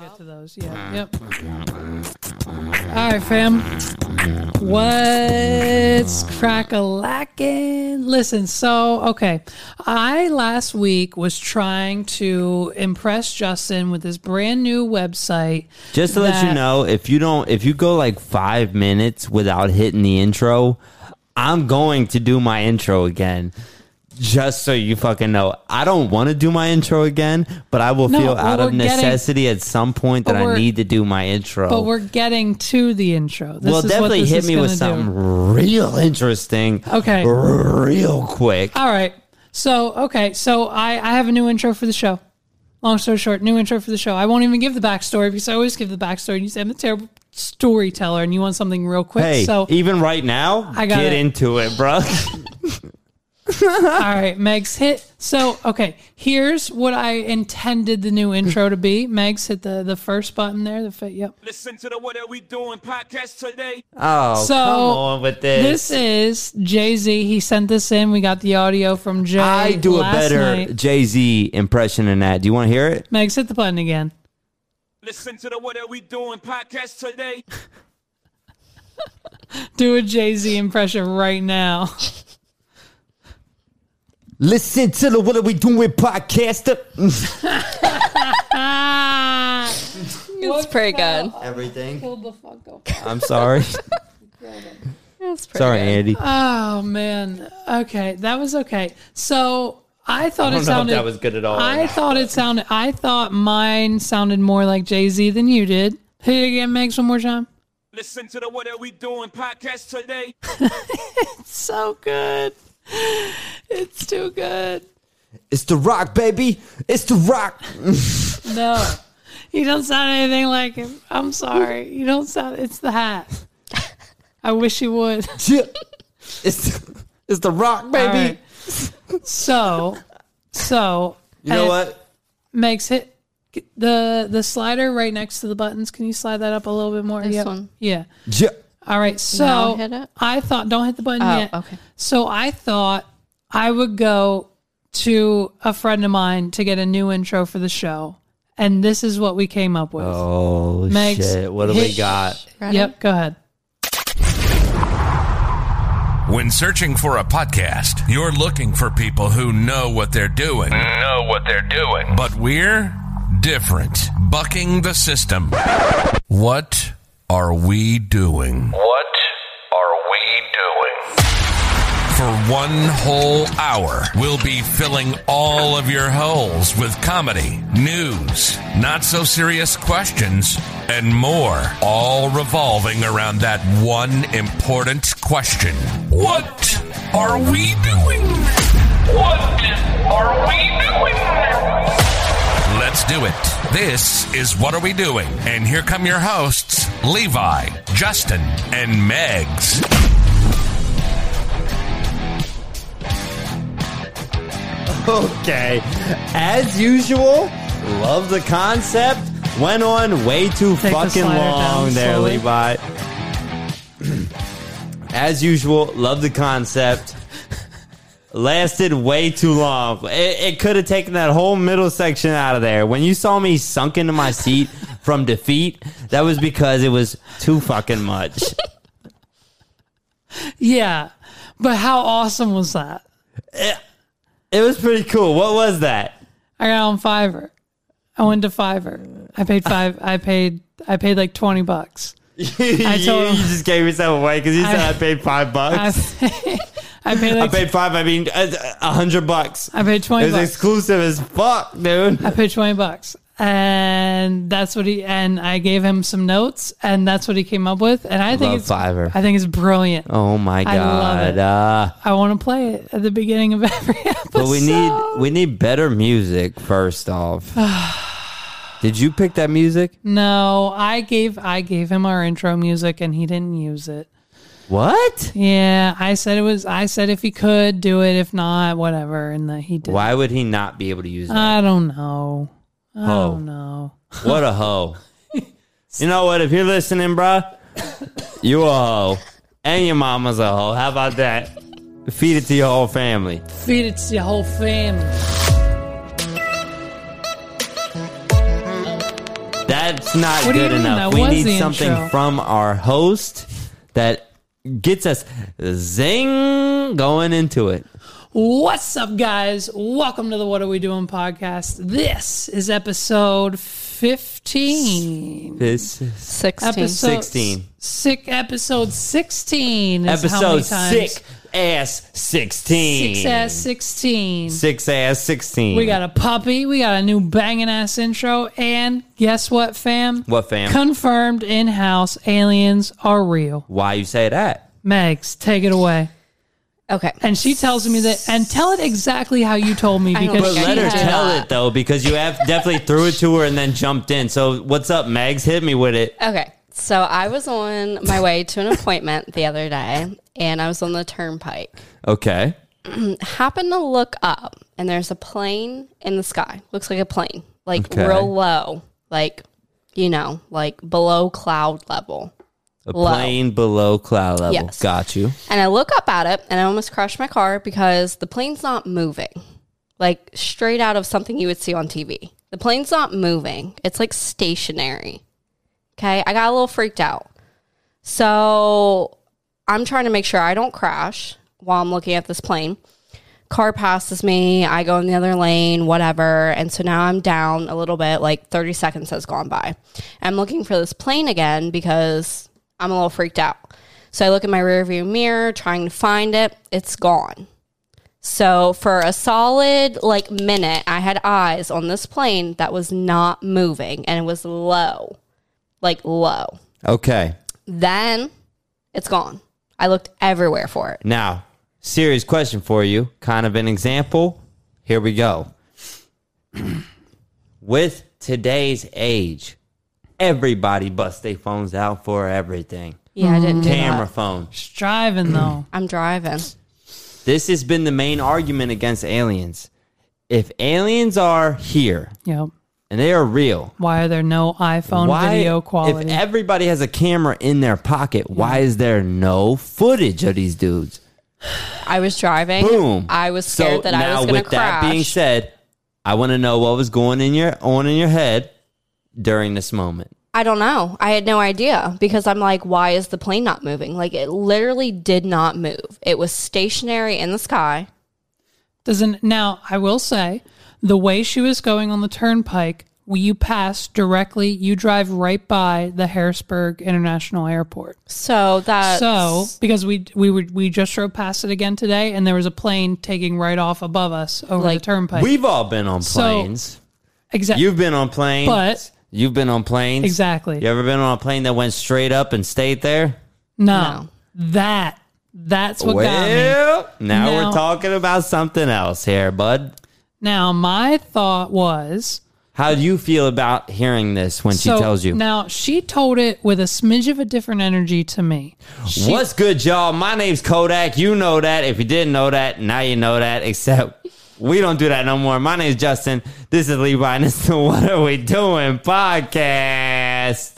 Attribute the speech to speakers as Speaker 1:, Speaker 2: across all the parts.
Speaker 1: We'll get to those.
Speaker 2: Uh,
Speaker 1: Yeah. Yep. All right, fam.
Speaker 2: uh,
Speaker 1: What's crack a lacking? Listen, so, okay. I last week was trying to impress Justin with this brand new website.
Speaker 2: Just to let
Speaker 1: that-
Speaker 2: you know, if you don't, if you go like five minutes without hitting the intro, I'm going to do my intro again. Just so you fucking know, I don't want to do my intro again, but I will
Speaker 1: No,
Speaker 2: feel
Speaker 1: but
Speaker 2: out of
Speaker 1: we're getting-
Speaker 2: necessity at some point
Speaker 1: but
Speaker 2: that I
Speaker 1: we're-
Speaker 2: need to do my intro.
Speaker 1: But we're getting to the intro. This
Speaker 2: Oh. well,
Speaker 1: is what
Speaker 2: definitely
Speaker 1: this
Speaker 2: hit
Speaker 1: is
Speaker 2: me with
Speaker 1: gonna do.
Speaker 2: something real interesting.
Speaker 1: Okay.
Speaker 2: Real quick.
Speaker 1: All right. So, okay. So, I, I have a new intro for the show. Long story short, new intro for the show. I won't even give the backstory because I always give the backstory. And you say I'm a terrible storyteller and you want something real quick.
Speaker 2: Hey,
Speaker 1: so,
Speaker 2: even right now,
Speaker 1: I got
Speaker 2: get
Speaker 1: it.
Speaker 2: into it, bro.
Speaker 1: all right, Megs hit. So, okay. Here's what I intended the new intro to be. Megs hit the, the first button there. The fit. Yep.
Speaker 3: Listen to the What Are We Doing podcast today.
Speaker 2: oh,
Speaker 1: So,
Speaker 2: come on with this.
Speaker 1: This is Jay Z. He sent this in. We got the audio from Jay.
Speaker 2: I do a
Speaker 1: last
Speaker 2: better
Speaker 1: night.
Speaker 2: Jay Z impression than that. Do you want to hear it?
Speaker 1: Megs hit the button again.
Speaker 3: Listen to the What Are We Doing podcast today.
Speaker 1: Do a Jay Z impression right now.
Speaker 2: Listen to the What Are We Doing podcast.
Speaker 4: It's pretty good.
Speaker 2: Everything.
Speaker 1: the fuck up.
Speaker 2: I'm sorry.
Speaker 4: It's pretty
Speaker 2: sorry,
Speaker 4: good.
Speaker 2: Andy. I
Speaker 1: Oh man. Okay, that was okay. So I thought it
Speaker 2: don't know if
Speaker 1: sounded.
Speaker 2: that was good at all.
Speaker 1: I thought it sounded. I thought mine sounded more like Jay Z than you did. Hit it again, Megs, one more time.
Speaker 3: Listen to the What Are We Doing podcast today.
Speaker 1: So good. It's too good.
Speaker 2: It's the rock, baby. It's the rock.
Speaker 1: No, you don't sound anything like him. I'm sorry. You don't sound. It's the hat. I wish you would.
Speaker 2: Yeah. it's, it's the rock,
Speaker 1: All right.
Speaker 2: baby.
Speaker 1: So, so
Speaker 2: You know what?
Speaker 1: Megs, hit the the slider right next to the buttons. Can you slide that up a little bit more?
Speaker 4: This
Speaker 1: Yep.
Speaker 4: one?
Speaker 1: Yeah.
Speaker 2: Yeah.
Speaker 1: All right. So
Speaker 4: Now hit it?
Speaker 1: I thought don't hit the button
Speaker 4: Oh,
Speaker 1: yet.
Speaker 4: okay.
Speaker 1: So I thought I would go to a friend of mine to get a new intro for the show, and this is what we came up with.
Speaker 2: Oh,
Speaker 1: Megs,
Speaker 2: shit. What do we
Speaker 1: hit-
Speaker 2: got?
Speaker 4: Ready?
Speaker 1: Yep. Go ahead.
Speaker 5: When searching for a podcast, you're looking for people who know what they're doing. Know what they're doing. But we're different. Bucking the system. What are we doing? What are we doing? For one whole hour, we'll be filling all of your holes with comedy, news, not so serious questions, and more, all revolving around that one important question What are we doing? What are we doing? Let's do it. This is What Are We Doing? And here come your hosts, Levi, Justin, and Megs.
Speaker 2: Okay. As usual, love the concept. Went on way too
Speaker 1: Take the
Speaker 2: fucking
Speaker 1: slider
Speaker 2: long
Speaker 1: down
Speaker 2: there,
Speaker 1: slowly.
Speaker 2: Levi. As usual, love the concept. Lasted way too long. It, it could have taken that whole middle section out of there. When you saw me sunk into my seat from defeat, that was because it was too fucking much.
Speaker 1: Yeah. But how awesome was that?
Speaker 2: It was pretty cool. What was that?
Speaker 1: I got on Fiverr. I went to Fiverr. I paid five. I paid. I paid like twenty bucks.
Speaker 2: you,
Speaker 1: told him-
Speaker 2: you just gave yourself away because you said
Speaker 1: I-
Speaker 2: I, paid five bucks.
Speaker 1: I paid. I paid
Speaker 2: I
Speaker 1: like.
Speaker 2: paid five. I mean, a a hundred bucks.
Speaker 1: I paid
Speaker 2: It
Speaker 1: twenty
Speaker 2: was
Speaker 1: bucks.
Speaker 2: exclusive as fuck, dude.
Speaker 1: Oh I paid twenty bucks, and that's what he. And I gave him some notes, and that's what he came up with. And I think
Speaker 2: Love
Speaker 1: it's
Speaker 2: Fiverr.
Speaker 1: I think it's brilliant.
Speaker 2: Oh my
Speaker 1: I love
Speaker 2: god!
Speaker 1: it.
Speaker 2: Uh,
Speaker 1: I want to play it at the beginning of every episode.
Speaker 2: but we need we need better music first off. Did you pick that music?
Speaker 1: Mm. No, I gave I gave him our intro music and he didn't use it.
Speaker 2: What?
Speaker 1: Yeah, I said it was I said if he could do it, if not, whatever, and that he did.
Speaker 2: Why would he not be able to use that?
Speaker 1: I don't know. I
Speaker 2: Ho.
Speaker 1: don't know.
Speaker 2: What a hoe. You know what? If you're listening, bruh, you a hoe. And your mama's a hoe. How about that? Feed it to your whole family.
Speaker 1: Feed it to your whole family.
Speaker 2: That's not
Speaker 1: What do you
Speaker 2: good
Speaker 1: mean?
Speaker 2: enough.
Speaker 1: That
Speaker 2: We
Speaker 1: was
Speaker 2: need
Speaker 1: the
Speaker 2: something
Speaker 1: intro.
Speaker 2: from our host that gets us zing going into it.
Speaker 1: What's up, guys? Welcome to the What Are We Doing podcast. This is episode 15.
Speaker 2: This is
Speaker 4: 16.
Speaker 1: Episode
Speaker 2: 16.
Speaker 1: Sick episode 16. Is how
Speaker 2: episode
Speaker 1: many times?
Speaker 2: sick ass 16.
Speaker 1: Six ass 16.
Speaker 2: Six ass 16.
Speaker 1: We got a puppy. We got a new banging ass intro. And guess what, fam?
Speaker 2: What, fam?
Speaker 1: Confirmed in house aliens are real.
Speaker 2: Why you say that?
Speaker 1: Megs, take it away.
Speaker 4: Okay.
Speaker 1: And she tells me that, and tell it exactly how you told me
Speaker 4: I don't
Speaker 1: because
Speaker 2: But
Speaker 1: she
Speaker 4: think I
Speaker 2: let her
Speaker 4: did
Speaker 2: tell
Speaker 4: not.
Speaker 2: it though, because you have definitely threw it to her and then jumped in. So what's up, Megs? Hit me with it.
Speaker 4: Okay. So I was on my way to an appointment the other day and I was on the turnpike.
Speaker 2: Okay.
Speaker 4: Happened to look up and there's a plane in the sky. Looks like a plane, like
Speaker 2: Okay.
Speaker 4: real low, like, you know, like below cloud level.
Speaker 2: A
Speaker 4: Low.
Speaker 2: plane below cloud level.
Speaker 4: Yes.
Speaker 2: Got you.
Speaker 4: And I look up at it and I almost crashed my car because the plane's not moving. Like straight out of something you would see on TV. The plane's not moving. It's like stationary. Okay. I got a little freaked out. So I'm trying to make sure I don't crash while I'm looking at this plane. Car passes me. I go in the other lane, whatever. And so now I'm down a little bit, like 30 seconds has gone by. I'm looking for this plane again because I'm a little freaked out. So I look in my rearview mirror, trying to find it. It's gone. So for a solid like minute, I had eyes on this plane that was not moving and it was low, like low.
Speaker 2: Okay.
Speaker 4: Then it's gone. I looked everywhere for it.
Speaker 2: Now, serious question for you, kind of an example. Here we go. With today's age, everybody busts their phones out for everything.
Speaker 4: Yeah, I didn't do
Speaker 2: Camera
Speaker 4: that.
Speaker 2: phone.
Speaker 1: She's driving, though.
Speaker 4: I'm driving.
Speaker 2: This has been the main argument against aliens. If aliens are here
Speaker 1: yep.
Speaker 2: and they are real,
Speaker 1: Why are there no iPhone video quality?
Speaker 2: If everybody has a camera in their pocket, why is there no footage of these dudes?
Speaker 4: I was driving.
Speaker 2: Boom.
Speaker 4: I was scared that I was going
Speaker 2: with
Speaker 4: to
Speaker 2: that
Speaker 4: crash.
Speaker 2: being said, I want to know what was going in your on in your head during this moment.
Speaker 4: I don't know. I had no idea because I'm like, why is the plane not moving? Like, it literally did not move. It was stationary in the sky.
Speaker 1: Doesn't now? I will say the way she was going on the turnpike. we- You pass directly. You drive right by the Harrisburg International Airport.
Speaker 4: So
Speaker 2: Uh,
Speaker 4: that
Speaker 1: so because we we were we just drove past it again today, and there was a plane taking right off above us over
Speaker 4: Like-
Speaker 1: the turnpike.
Speaker 2: We've all been on
Speaker 1: So-
Speaker 2: planes.
Speaker 1: exactly.
Speaker 2: You've been on planes.
Speaker 1: But-
Speaker 2: You've been on planes.
Speaker 1: Exactly.
Speaker 2: You ever been on a plane that went straight up and stayed there?
Speaker 1: no, that that's what got me.
Speaker 2: Well, now
Speaker 1: No.
Speaker 2: we're talking about something else here, bud.
Speaker 1: Now my thought was
Speaker 2: How do you feel about hearing this when she tells you?
Speaker 1: Now she told it with a smidge of a different energy to me.
Speaker 2: What's good, y'all? My name's Kodak. You know that. If you didn't know that, now you know that. Except we don't do that no more. My name's Justin. This is Levi, and this is the What Are We Doing podcast.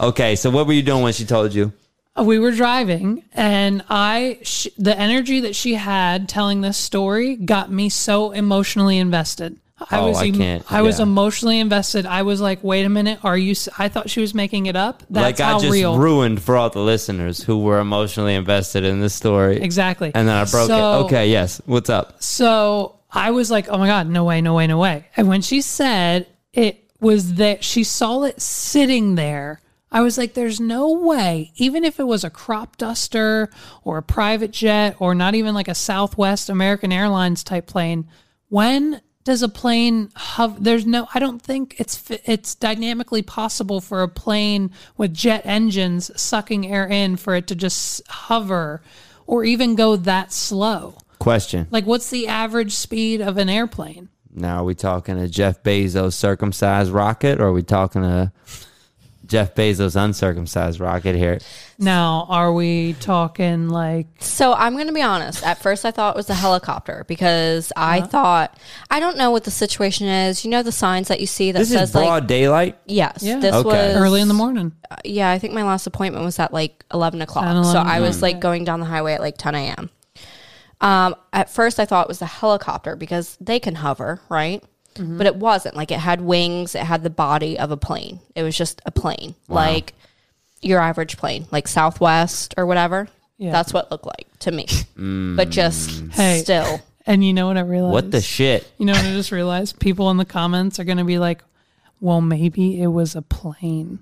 Speaker 2: Okay, so what were you doing when she told you?
Speaker 1: uh, we were driving and i sh- the energy that she had telling this story got me so emotionally invested i
Speaker 2: Oh,
Speaker 1: was
Speaker 2: I
Speaker 1: em-
Speaker 2: can't-
Speaker 1: I was
Speaker 2: yeah.
Speaker 1: emotionally invested i was like wait a minute are you s- i thought she was making it up that's
Speaker 2: like
Speaker 1: how
Speaker 2: I just
Speaker 1: real
Speaker 2: ruined for all the listeners who were emotionally invested in this story.
Speaker 1: exactly
Speaker 2: And then I broke
Speaker 1: So-
Speaker 2: it. Okay, yes. What's up?
Speaker 1: so i was like oh my god no way no way no way and when she said it was that she saw it sitting there i was like there's no way even if it was a crop duster or a private jet or not even like a southwest american airlines type plane when does a plane hov there's no i don't think it's fi- it's dynamically possible for a plane with jet engines sucking air in for it to just hover or even go that slow
Speaker 2: Question.
Speaker 1: like, what's the average speed of an airplane?
Speaker 2: Now, are we talking a Jeff Bezos circumcised rocket, or are we talking a Jeff Bezos uncircumcised rocket here?
Speaker 1: Now, are we talking like
Speaker 4: So I'm going to be honest. At first, I thought it was a helicopter because I thought I don't know what the situation is. You know the signs that you see that
Speaker 2: This
Speaker 4: says
Speaker 2: is broad
Speaker 4: like
Speaker 2: daylight.
Speaker 4: yes.
Speaker 1: Yeah.
Speaker 4: This
Speaker 2: Okay.
Speaker 4: was
Speaker 1: early in the morning?
Speaker 4: Yeah, I think my last appointment was at like eleven o'clock.
Speaker 1: 10,
Speaker 4: so
Speaker 1: 11,
Speaker 4: I was like going down the highway at like ten a.m. Um, at first, I thought it was a helicopter because they can hover, right?
Speaker 1: Mm-hmm.
Speaker 4: But it wasn't. Like it had wings. It had the body of a plane. It was just a plane, like your average plane, like Southwest or whatever.
Speaker 1: Yeah. Mm.
Speaker 4: That's what it looked like to me. But just
Speaker 1: Hey.
Speaker 4: still,
Speaker 1: And you know what I realized?
Speaker 2: What the shit?
Speaker 1: You know what I just realized? People in the comments are going to be like, well, maybe it was a plane.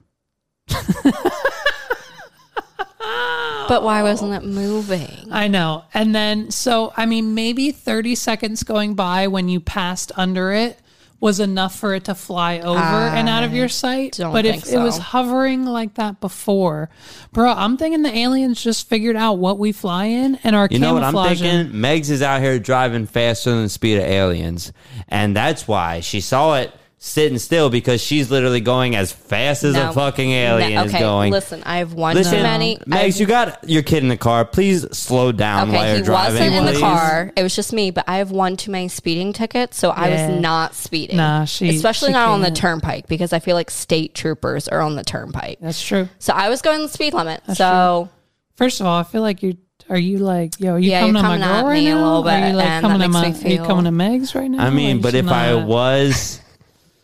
Speaker 4: but why wasn't it moving?
Speaker 1: I know. And then, so, I mean, maybe 30 seconds going by when you passed under it was enough for it to fly over and out of your sight.
Speaker 4: don't
Speaker 1: but if
Speaker 4: think
Speaker 1: it was
Speaker 4: so.
Speaker 1: hovering like that before, bro, I'm thinking the aliens just figured out what we fly in and our
Speaker 2: You know what I'm
Speaker 1: camouflaging.
Speaker 2: thinking? Megs is out here driving faster than the speed of aliens, and that's why she saw it sitting still because she's literally going as fast as
Speaker 4: No.
Speaker 2: a fucking alien
Speaker 4: No,
Speaker 2: is
Speaker 4: okay,
Speaker 2: going.
Speaker 4: listen, I have one
Speaker 2: Listen,
Speaker 4: too many. I have
Speaker 2: Megs, you got your kid in the car. Please slow down while
Speaker 4: Okay,
Speaker 2: you're
Speaker 4: he
Speaker 2: driving.
Speaker 4: wasn't in the
Speaker 2: please.
Speaker 4: car. It was just me, but I have won too many speeding tickets, so I
Speaker 1: Yeah.
Speaker 4: was not speeding.
Speaker 1: Nah, she-
Speaker 4: especially
Speaker 1: she
Speaker 4: not on the
Speaker 1: can't.
Speaker 4: turnpike because I feel like state troopers are on the turnpike.
Speaker 1: That's true.
Speaker 4: So I was going the speed limit. so
Speaker 1: First of all, I feel like you are you like yo, are you
Speaker 4: Yeah,
Speaker 1: coming
Speaker 4: you're
Speaker 1: at my
Speaker 4: coming at
Speaker 1: girl right
Speaker 4: me
Speaker 1: now?
Speaker 4: a little
Speaker 1: are you
Speaker 4: bit,
Speaker 1: like
Speaker 4: and
Speaker 1: coming
Speaker 4: that
Speaker 1: to my?
Speaker 4: makes me
Speaker 1: Are you
Speaker 4: feel-
Speaker 1: coming to Meg's right now?
Speaker 2: I mean,
Speaker 1: Like,
Speaker 2: but
Speaker 1: she's
Speaker 2: if I
Speaker 1: not-
Speaker 2: was,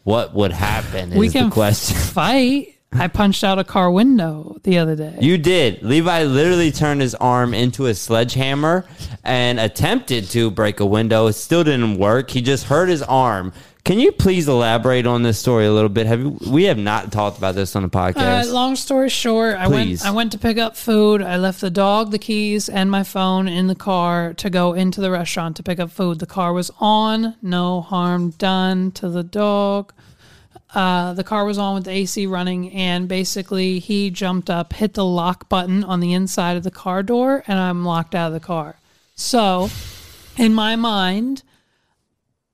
Speaker 2: what would happen is
Speaker 1: we can
Speaker 2: the question.
Speaker 1: fight. I punched out a car window the other day.
Speaker 2: You did. Levi literally turned his arm into a sledgehammer and attempted to break a window. It still didn't work. He just hurt his arm. Can you please elaborate on this story a little bit? Have you, we have not talked about this on the
Speaker 1: Uh,
Speaker 2: podcast.
Speaker 1: long story short, I
Speaker 2: Please.
Speaker 1: went. I went to pick up food. I left the dog, the keys, and my phone in the car to go into the restaurant to pick up food. The car was on. No harm done to the dog. Uh, the car was on with the AC running, and basically he jumped up, hit the lock button on the inside of the car door, and I'm locked out of the car. So, in my mind,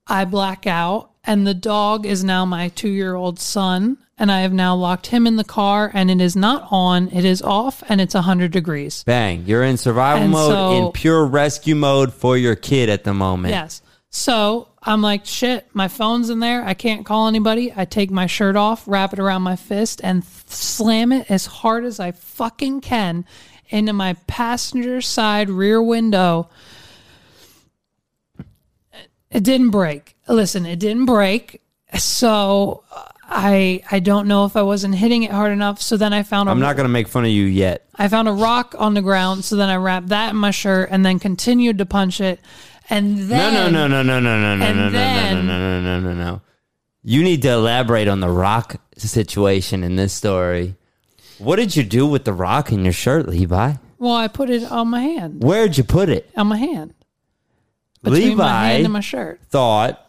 Speaker 1: I black out, and the dog is now my two year old son, and I have now locked him in the car, and it is not on, it is off, and it's 100 degrees.
Speaker 2: Bang. You're in survival
Speaker 1: And
Speaker 2: mode,
Speaker 1: so-
Speaker 2: in pure rescue mode for your kid at the moment.
Speaker 1: Yes. So I'm like, shit, my phone's in there. I can't call anybody. I take my shirt off, wrap it around my fist, and th- slam it as hard as I fucking can into my passenger side rear window. It didn't break. Listen, it didn't break. So I I don't know if I wasn't hitting it hard enough. So then I found a
Speaker 2: I'm not going to make fun of you yet.
Speaker 1: I found a rock on the ground, so then I wrapped that in my shirt and then continued to punch it. And
Speaker 2: No,
Speaker 1: then
Speaker 2: no, no, no, no, no, no, no,
Speaker 1: and
Speaker 2: no, no, no, no,
Speaker 1: then-
Speaker 2: no, no, no, no, no. You need to elaborate on the rock situation in this story. What did you do with the rock in your shirt, Levi?
Speaker 1: Well, I put it on my hand.
Speaker 2: Where'd you put it?
Speaker 1: On my hand. Between
Speaker 2: Levi
Speaker 1: my hand and my shirt.
Speaker 2: thought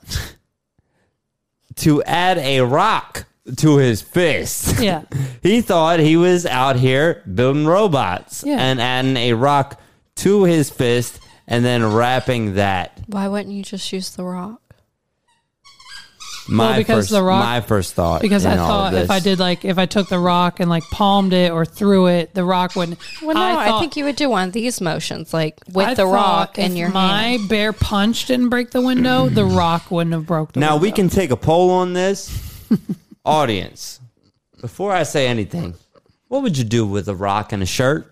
Speaker 2: to add a rock to his fist.
Speaker 1: Yeah.
Speaker 2: he thought he was out here building robots
Speaker 1: Yeah.
Speaker 2: and adding a rock to his fist and then wrapping that.
Speaker 4: why wouldn't you just use the rock?
Speaker 2: My
Speaker 1: because
Speaker 2: first,
Speaker 1: the rock-
Speaker 2: my first thought.
Speaker 1: Because I
Speaker 2: in all of
Speaker 1: thought if
Speaker 2: this.
Speaker 1: I did like if I took the rock and like palmed it or threw it, the rock wouldn't
Speaker 4: Well, no, I,
Speaker 1: thought-
Speaker 4: think you would do one of these motions, like with
Speaker 1: I
Speaker 4: the
Speaker 1: thought
Speaker 4: rock
Speaker 1: if
Speaker 4: in your
Speaker 1: my
Speaker 4: hand.
Speaker 1: bear punch didn't break the window, the rock wouldn't have broke the
Speaker 2: Now
Speaker 1: window.
Speaker 2: we can take a poll on this. Audience, before I say anything, what would you do with a rock and a shirt?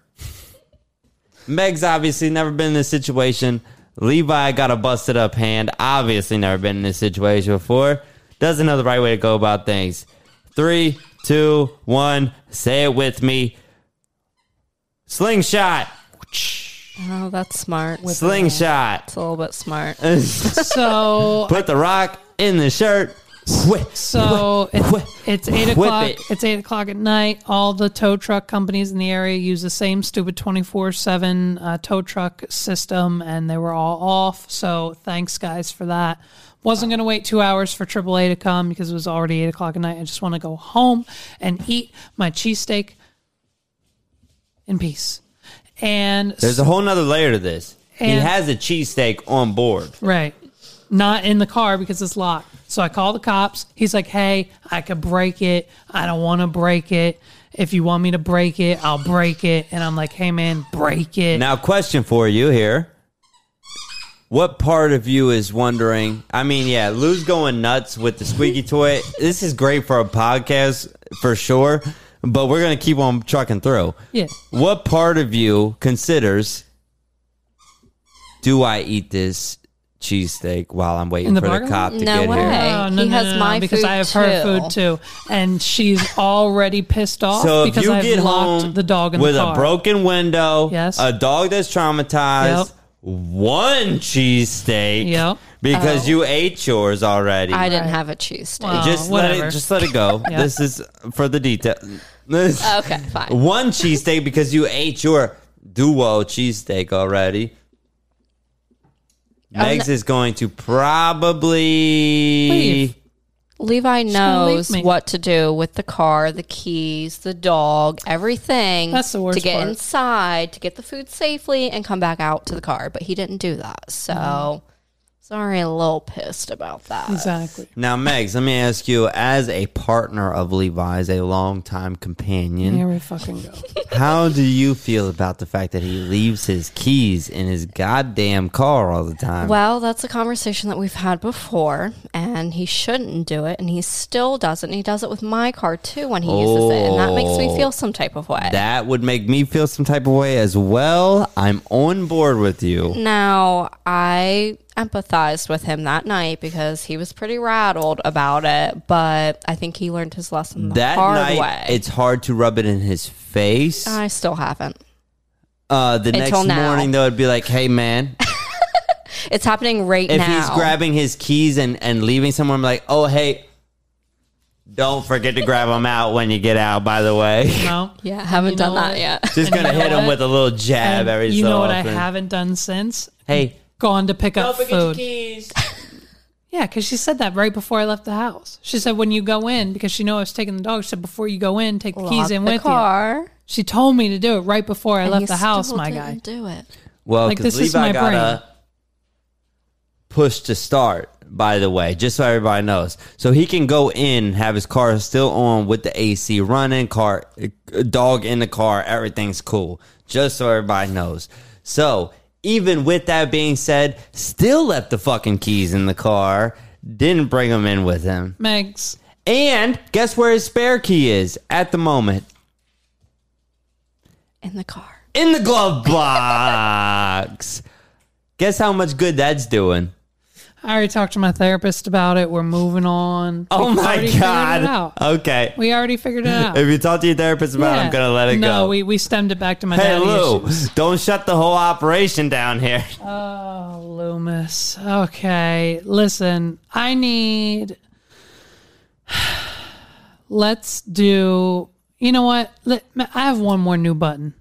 Speaker 2: Meg's obviously never been in this situation. Levi got a busted up hand. Obviously never been in this situation before. Doesn't know the right way to go about things. Three, two, one, say it with me. Slingshot.
Speaker 4: Oh, that's smart. It's
Speaker 2: Slingshot.
Speaker 4: a little bit smart.
Speaker 2: Uh,
Speaker 1: so
Speaker 2: Put the rock in the shirt. Whip.
Speaker 1: So it's,
Speaker 2: Whip.
Speaker 1: it's eight
Speaker 2: Whip
Speaker 1: o'clock.
Speaker 2: it.
Speaker 1: It's eight o'clock at night. All the tow truck companies in the area use the same stupid twenty four seven uh, tow truck system, and they were all off. So thanks, guys, for that. Wasn't going to wait two hours for AAA to come because it was already eight o'clock at night. I just want to go home and eat my cheesesteak in peace. And
Speaker 2: There's a whole nother layer to this. he
Speaker 1: And-
Speaker 2: has a cheesesteak on board.
Speaker 1: Right. not in the car because it's locked. So I call the cops. He's like, "Hey, I could break it. I don't want to break it. If you want me to break it, I'll break it." And I'm like, "Hey, man, break it."
Speaker 2: Now, question for you here. What part of you is wondering? I mean, yeah, Lou's going nuts with the squeaky toy. This is great for a podcast for sure, but we're going to keep on trucking through.
Speaker 1: Yeah.
Speaker 2: What part of you considers, do I eat this cheesesteak while I'm waiting
Speaker 1: In the
Speaker 2: for the
Speaker 1: parking
Speaker 2: cop to
Speaker 4: No
Speaker 2: get
Speaker 4: way.
Speaker 2: here?
Speaker 1: Oh,
Speaker 4: Hey, he has my
Speaker 1: because
Speaker 4: food
Speaker 1: I have her
Speaker 4: too.
Speaker 1: food too, and she's already pissed off
Speaker 2: So if
Speaker 1: because
Speaker 2: you
Speaker 1: I've
Speaker 2: get
Speaker 1: locked
Speaker 2: home
Speaker 1: the dog in
Speaker 2: with
Speaker 1: the car.
Speaker 2: a broken window,
Speaker 1: Yes.
Speaker 2: a dog that's traumatized,
Speaker 1: Yep.
Speaker 2: one cheesesteak,
Speaker 1: Yep.
Speaker 2: because you ate yours already.
Speaker 4: Oh. I didn't have a cheese steak.
Speaker 1: Wow.
Speaker 2: just
Speaker 1: Oh,
Speaker 2: let it
Speaker 1: whatever.
Speaker 2: just let it go.
Speaker 1: Yeah.
Speaker 2: This is for the detail. This
Speaker 4: Okay, fine.
Speaker 2: one cheesesteak because you ate your duo cheesesteak already.
Speaker 4: Oh,
Speaker 2: Megs is going to probably
Speaker 1: Leave.
Speaker 4: Levi
Speaker 1: gonna leave
Speaker 4: knows
Speaker 1: me.
Speaker 4: what to do with the car, the keys, the dog, everything.
Speaker 1: That's the worst
Speaker 4: to get
Speaker 1: part.
Speaker 4: inside, to get the food safely, and come back out to the car. But he didn't do that, so sorry, a little pissed about that.
Speaker 1: exactly.
Speaker 2: Now, Megs, let me ask you, as a partner of Levi's, a longtime companion,
Speaker 1: Here we fucking go.
Speaker 2: how do you feel about the fact that he leaves his keys in his goddamn car all the time?
Speaker 4: Well, that's a conversation that we've had before, and he shouldn't do it, and he still doesn't. He does it with my car too when he uses it, and that makes me
Speaker 1: Oh.
Speaker 4: feel some type of way.
Speaker 2: that would make me feel some type of way as well. I'm on board with you.
Speaker 4: Now, I empathized with him that night because he was pretty rattled about it, but I think he learned his lesson the
Speaker 2: That
Speaker 4: Mm, hard
Speaker 2: night,
Speaker 4: way.
Speaker 2: it's hard to rub it in his face.
Speaker 4: I still haven't.
Speaker 2: Uh, the next
Speaker 4: Until now.
Speaker 2: morning, though, it'd be like, hey, man,
Speaker 4: It's happening right
Speaker 2: if
Speaker 4: now.
Speaker 2: he's grabbing his keys and, and leaving somewhere, I'm like, oh, hey, don't forget to grab them out when you get out, by the way.
Speaker 1: No.
Speaker 4: yeah, haven't
Speaker 1: You
Speaker 4: done
Speaker 1: know
Speaker 4: that
Speaker 1: what?
Speaker 4: yet.
Speaker 2: Just
Speaker 1: And
Speaker 2: gonna
Speaker 1: you know
Speaker 2: hit him
Speaker 1: what?
Speaker 2: with a little jab
Speaker 1: And
Speaker 2: every
Speaker 1: you
Speaker 2: so
Speaker 1: know what I
Speaker 2: often.
Speaker 1: haven't done since?
Speaker 2: Hey,
Speaker 1: Gone to pick up food.
Speaker 2: keys.
Speaker 1: Yeah, because she said that right before I left the house. She said when you go in, because she knew I was taking the dog. She said before you go in, take the keys
Speaker 4: Lock
Speaker 1: in
Speaker 4: the
Speaker 1: with you.
Speaker 4: car.
Speaker 1: She told me to do it right before I
Speaker 4: and
Speaker 1: left
Speaker 4: he
Speaker 1: the house,
Speaker 4: still
Speaker 1: my
Speaker 4: didn't
Speaker 1: guy.
Speaker 4: Do it.
Speaker 2: Well,
Speaker 1: Like,
Speaker 2: because
Speaker 1: this is
Speaker 2: Levi
Speaker 1: my
Speaker 2: got a push to start. By the way, just so everybody knows, so he can go in, have his car still on with the AC running, car uh, dog in the car, everything's cool. Just so everybody knows. So even with that being said, still left the fucking keys in the car. Didn't bring them in with him.
Speaker 1: Megs,
Speaker 2: And guess where his spare key is at the moment?
Speaker 4: In the car.
Speaker 2: in the glove box. Guess how much good that's doing?
Speaker 1: I already talked to my therapist about it. We're moving on.
Speaker 2: Oh
Speaker 1: We've already
Speaker 2: my
Speaker 1: figured it
Speaker 2: god!
Speaker 1: out.
Speaker 2: Okay,
Speaker 1: We already figured it out.
Speaker 2: if you talk to your therapist about it, I'm
Speaker 1: Yeah.
Speaker 2: gonna let it
Speaker 1: no,
Speaker 2: go.
Speaker 1: we, we stemmed it back to my
Speaker 2: hey
Speaker 1: daddy
Speaker 2: Lou,
Speaker 1: issues.
Speaker 2: don't shut the whole operation down here.
Speaker 1: Oh, Loomis. Okay. Listen, I need. Let's do. You know what? Let, I have one more new button.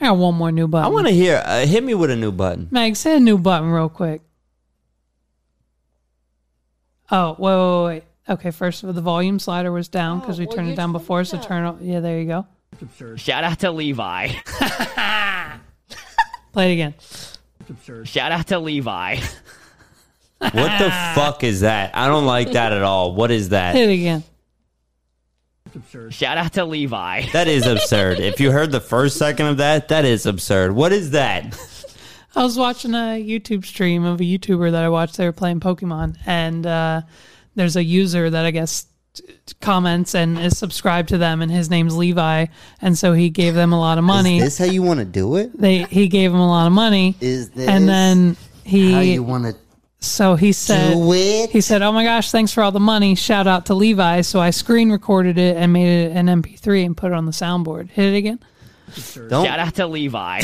Speaker 1: I got one more new button.
Speaker 2: I want to hear. Uh, hit me with a new button.
Speaker 1: Meg, say a new button real quick. Oh, wait, wait, wait, wait. Okay, first of all, the volume slider was down because we turned it down before, so turn it. Yeah, there you go.
Speaker 6: Shout out to Levi.
Speaker 1: Play it again.
Speaker 6: Shout out to Levi.
Speaker 2: What the fuck is that? I don't like that at all. What is that?
Speaker 1: Hit it again.
Speaker 6: Shout out to Levi.
Speaker 2: That is absurd. If you heard the first second of that, that is absurd. What is that?
Speaker 1: I was watching a YouTube stream of a YouTuber that I watched. They were playing Pokemon, and uh, there's a user that I guess t- t- comments and is subscribed to them, and his name's Levi, and so he gave them a lot of money.
Speaker 2: how you want to do it?
Speaker 1: they he gave him a lot of money,
Speaker 7: Is this
Speaker 1: and then
Speaker 7: how
Speaker 1: he
Speaker 7: you want to
Speaker 1: so he said
Speaker 7: do it?
Speaker 1: he said, "Oh my gosh, thanks for all the money! Shout out to Levi." So I screen recorded it and made it an MP3 and put it on the soundboard. Hit it again.
Speaker 6: Shout out to Levi.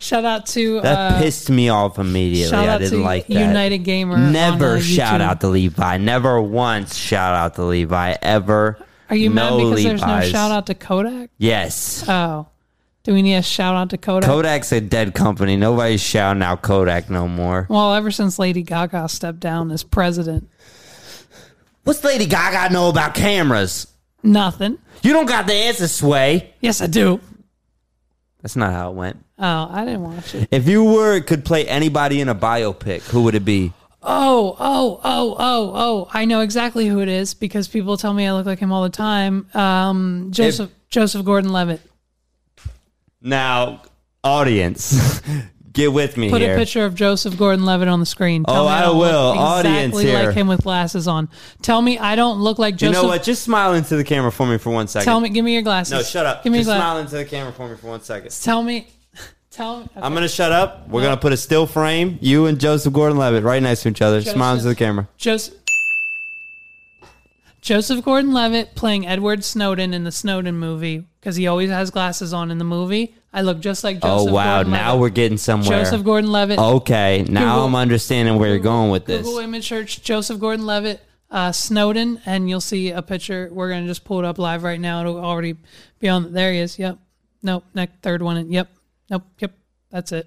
Speaker 1: Shout out to
Speaker 2: That
Speaker 1: uh,
Speaker 2: pissed me off immediately.
Speaker 1: shout
Speaker 2: I
Speaker 1: out
Speaker 2: didn't
Speaker 1: to
Speaker 2: like that.
Speaker 1: United Gamer. on,
Speaker 2: Never
Speaker 1: uh,
Speaker 2: shout
Speaker 1: YouTube.
Speaker 2: out to Levi. Never once shout out to Levi ever.
Speaker 1: Are you mad
Speaker 2: No
Speaker 1: because there's no
Speaker 2: Levi's.
Speaker 1: shout out to Kodak?
Speaker 2: Yes.
Speaker 1: Oh, do we need a shout out to Kodak?
Speaker 2: Kodak's a dead company. Nobody's shouting out Kodak no more.
Speaker 1: Well, ever since Lady Gaga stepped down as president,
Speaker 2: What's Lady Gaga know about cameras?
Speaker 1: nothing.
Speaker 2: You don't got the answer, Sway.
Speaker 1: Yes, I do.
Speaker 2: That's not how it went.
Speaker 1: Oh, I didn't watch it.
Speaker 2: If you were could play anybody in a biopic, who would it be?
Speaker 1: Oh, oh, oh, oh, oh! I know exactly who it is because people tell me I look like him all the time. Um, Joseph Joseph Gordon-Levitt.
Speaker 2: Now, audience, get with me
Speaker 1: Put
Speaker 2: here.
Speaker 1: a picture of Joseph Gordon-Levitt on the screen. Tell
Speaker 2: Oh,
Speaker 1: me
Speaker 2: I
Speaker 1: don't
Speaker 2: will.
Speaker 1: Look
Speaker 2: Audience
Speaker 1: exactly
Speaker 2: here.
Speaker 1: like him with glasses on. Tell me I don't look like
Speaker 2: you
Speaker 1: Joseph.
Speaker 2: know what? Just smile into the camera for me for one second.
Speaker 1: Tell me. Give me your glasses.
Speaker 2: No, shut up.
Speaker 1: Give me your
Speaker 2: Just
Speaker 1: glasses.
Speaker 2: smile into the camera for me for one second.
Speaker 1: Tell me. Tell me.
Speaker 2: I'm gonna shut up. We're gonna put a still frame. You and Joseph Gordon-Levitt right next to each other. Smile into the camera.
Speaker 1: Joseph. Joseph Gordon-Levitt playing Edward Snowden in the Snowden movie because he always has glasses on in the movie. I look just like Joseph.
Speaker 2: oh wow!
Speaker 1: Gordon-Levitt.
Speaker 2: Now we're getting somewhere.
Speaker 1: Joseph Gordon-Levitt.
Speaker 2: Okay, now
Speaker 1: Google-
Speaker 2: I'm understanding where you're going with this.
Speaker 1: Google image search Joseph Gordon-Levitt uh, Snowden, and you'll see a picture. We're gonna just pull it up live right now. It'll already be on. There he is. Yep. Nope. Next third one. Yep. Nope. Yep. That's it,